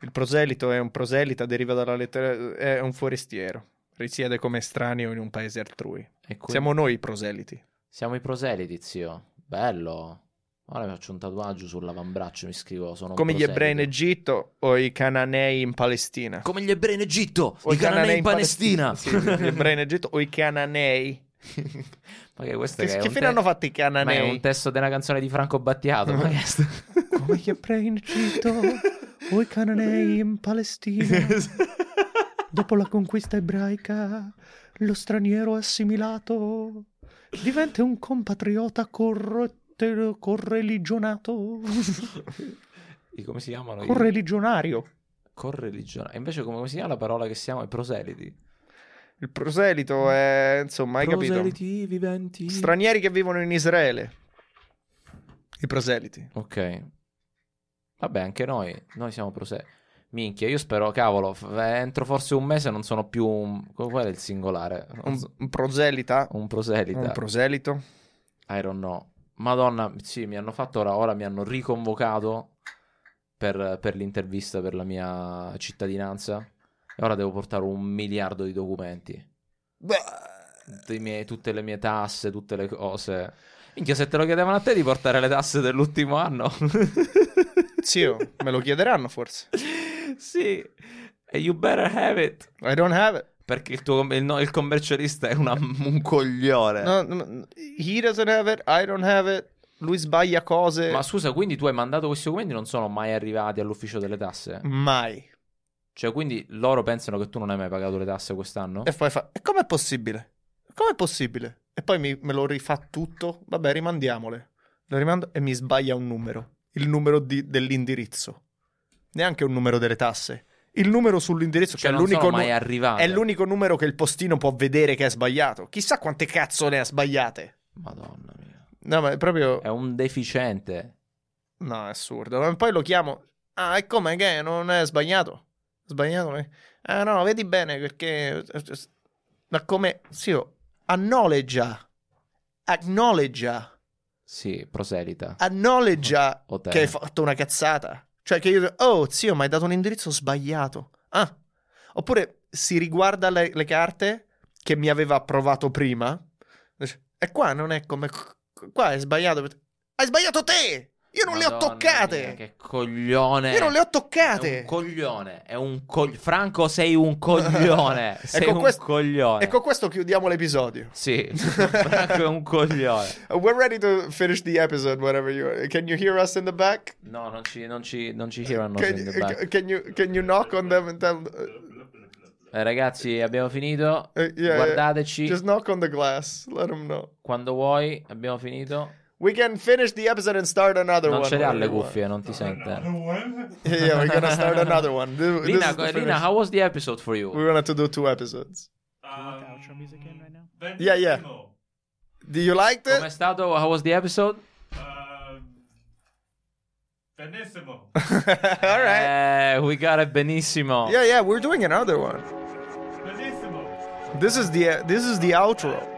C: Il proselito è un proselita, deriva dalla lettera è un forestiero. Risiede come estraneo in un paese altrui.
B: E quindi-
C: Siamo noi i proseliti.
B: Siamo i proseliti, zio. Bello. Ora mi faccio un tatuaggio sull'avambraccio, mi scrivo, sono un
C: Come gli ebrei in
B: proselito.
C: Egitto o i cananei in Palestina.
B: Come gli ebrei in Egitto,
C: O
B: i cananei in Palestina.
C: Palestina. Sì, gli ebrei in Egitto o i cananei.
B: Ma che questo
C: Che,
B: che è?
C: che
B: un
C: fine
B: te-
C: hanno fatto i
B: Ma è
C: cananei?
B: un testo della canzone di Franco Battiato, ma che sto-
C: Come gli ebrei in Egitto o i cananei in Palestina. Dopo la conquista ebraica, lo straniero assimilato diventa un compatriota corrotto, correligionato,
B: I- Come si chiamano? i-
C: correligionario.
B: Correligionario. E invece come si chiama la parola che siamo? I proseliti.
C: Il proselito è, insomma, hai capito?
B: proseliti viventi.
C: Stranieri che vivono in Israele. I proseliti.
B: ok. Vabbè, anche noi, noi siamo proseliti. Minchia, io spero, cavolo, f- entro forse un mese non sono più un... Qual è il singolare? Non
C: Un,
B: so-
C: un proselita.
B: Un proselita.
C: Un proselito.
B: I don't know. Madonna, sì, mi hanno fatto ora, ora mi hanno riconvocato per, per l'intervista per la mia cittadinanza. E ora devo portare un miliardo di documenti. Tutti i miei- tutte le mie tasse, tutte le cose. Minchia, se te lo chiedevano a te di portare le tasse dell'ultimo anno.
C: Zio, me lo chiederanno forse.
B: sì. E you better have it.
C: I don't have it.
B: Perché il, tuo, il, no- il commercialista è una- un coglione.
C: No, no, he doesn't have it, I don't have it. Lui sbaglia cose.
B: Ma scusa, quindi tu hai mandato questi documenti e non sono mai arrivati all'ufficio delle tasse?
C: Mm. Mai.
B: Cioè, quindi loro pensano che tu non hai mai pagato le tasse quest'anno?
C: E poi fa: E com'è possibile? Com'è possibile? E poi mi- me lo rifà tutto. Vabbè, rimandiamole. Lo rimando e mi sbaglia un numero. Il numero di- dell'indirizzo. Neanche un numero delle tasse. Il numero sull'indirizzo,
B: cioè,
C: che è
B: non
C: l'unico
B: sono
C: nu-
B: mai arrivate.
C: È l'unico numero che il postino può vedere che è sbagliato. Chissà quante cazzo ne ha sbagliate.
B: Madonna mia.
C: No, ma è proprio.
B: È un deficiente.
C: No, è assurdo. Ma poi lo chiamo. Ah, e come che non è sbagliato? Sbagliato? eh? Ah, no, vedi bene perché. eh, Ma come. Sì, oh, acknowledgea. Acknowledgea.
B: Sì, proselita.
C: Ah, Acknowledgea
B: O te.
C: che hai fatto una cazzata. Cioè, che io. Oh, zio, mi hai dato un indirizzo sbagliato. Ah. Oppure si riguarda le, le carte che mi aveva approvato prima. Dice, E qua non è come. Qua è sbagliato. Hai sbagliato te! Io non le ho
B: Madonna
C: toccate!
B: mia, che coglione.
C: Io non le ho
B: È
C: toccate.
B: un coglione. È un co- Franco, sei un coglione. Sei
C: con
B: un
C: Ecco questo-
B: coglione.
C: E con ecco questo chiudiamo l'episodio.
B: Sì, Franco è un coglione.
C: We're ready to finish the episode, whatever you are. Can you hear us in the back?
B: No, non ci, non ci, non ci hear a nothing
C: Can,
B: in the back.
C: you, can, you, can you knock on them and tell
B: Eh, ragazzi, abbiamo finito.
C: Eh, yeah,
B: Guardateci
C: Just knock on the glass. Let them know.
B: quando vuoi. Abbiamo finito.
C: We can finish the episode and start another
B: Non
C: one.
B: ce le ha le
C: whatever you
B: cuffie, non ti sente.
C: want. Yeah, yeah, we're gonna start another one. This,
B: Lina,
C: this is the
B: Lina,
C: finish.
B: eh, how was the episode for you?
C: We wanted to do two episodes.
D: Um,
G: outro music in right now?
D: then
C: Yeah, yeah.
D: Timo,
C: Do you like
B: Com'è
C: it?
B: stato? How was the episode?
D: um, benissimo.
C: All right.
B: Eh, we got it benissimo.
C: Yeah, yeah, we're doing another one.
D: Benissimo.
C: This is the this is the outro.
D: Oh, benissimo.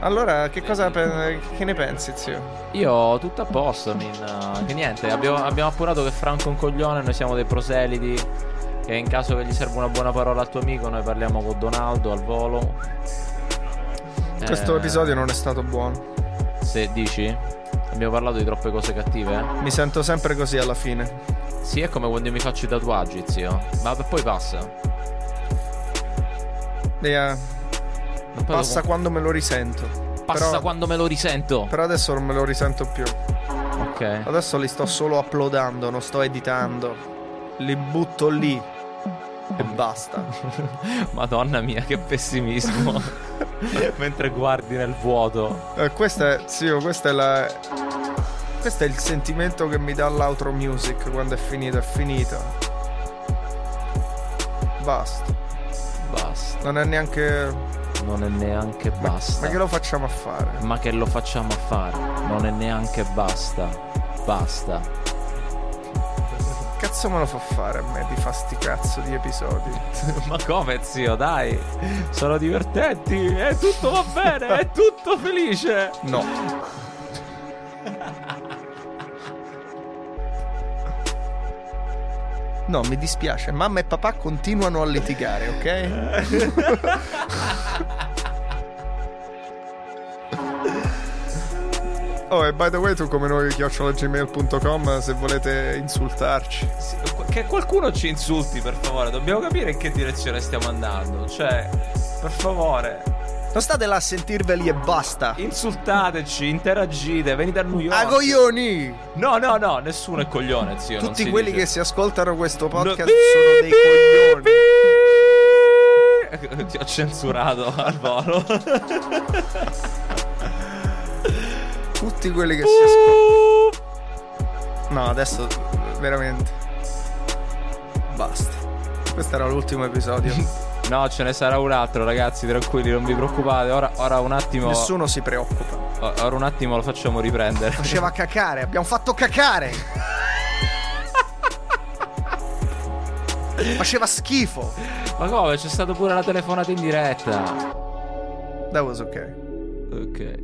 C: Allora, che cosa pe- che ne pensi, zio?
B: Io tutto a posto, min, eh, che niente, abbiamo, abbiamo appurato che Franco è un coglione, noi siamo dei proseliti. Che in caso che gli serva una buona parola al tuo amico, noi parliamo con Donaldo al volo.
C: Questo
B: Eh,
C: episodio non è stato buono.
B: Se dici? Abbiamo parlato di troppe cose cattive? eh.
C: Mi sento sempre così alla fine.
B: Sì, è come quando mi faccio i tatuaggi, zio. Ma poi passa. Ma
C: Yeah,
B: poi
C: passa
B: dopo-
C: quando me lo risento.
B: passa
C: però-
B: quando me lo risento.
C: Però adesso non me lo risento più.
B: Ok.
C: Adesso li sto solo uploadando, non sto editando. Li butto lì. E basta.
B: Madonna mia, che pessimismo. Mentre guardi nel vuoto.
C: Eh, questo è. Zio, questo è la. Questo è il sentimento che mi dà l'outro music quando è finita, è finita. Basta.
B: Basta.
C: Non è neanche.
B: Non è neanche basta.
C: Ma che lo facciamo a fare?
B: Ma che lo facciamo a fare? Non è neanche basta. Basta.
C: Cazzo me lo fa fare a me di fa sti cazzo di episodi?
B: Ma come zio, dai. Sono divertenti. E tutto va bene. È tutto felice.
C: No. No, mi dispiace, mamma e papà continuano a litigare, ok? Oh, e by the way, tu come noi, chiocciolagmail.com, se volete insultarci.
B: Sì, qu- Che qualcuno ci insulti, per favore. Dobbiamo capire in che direzione stiamo andando. Cioè, per favore,
C: Non state là a sentirveli e basta.
B: insultateci, interagite, venite a New York.
C: A coglioni!
B: No, no, no, nessuno è coglione, zio. non
C: Tutti
B: si
C: quelli
B: dice.
C: che si ascoltano questo
B: No.
C: podcast sono dei coglioni.
B: coglioni. Ti ho censurato al volo.
C: Tutti quelli che si ascoltano. No, adesso veramente. Basta. Questo era l'ultimo episodio.
B: No, ce ne sarà un altro, ragazzi, tranquilli, non vi preoccupate. Ora, ora un attimo.
C: Nessuno si preoccupa.
B: o- Ora un attimo lo facciamo riprendere.
C: Faceva cacare, abbiamo fatto cacare. Faceva schifo.
B: Ma come? C'è stata pure la telefonata in diretta.
C: That was okay.
B: Ok.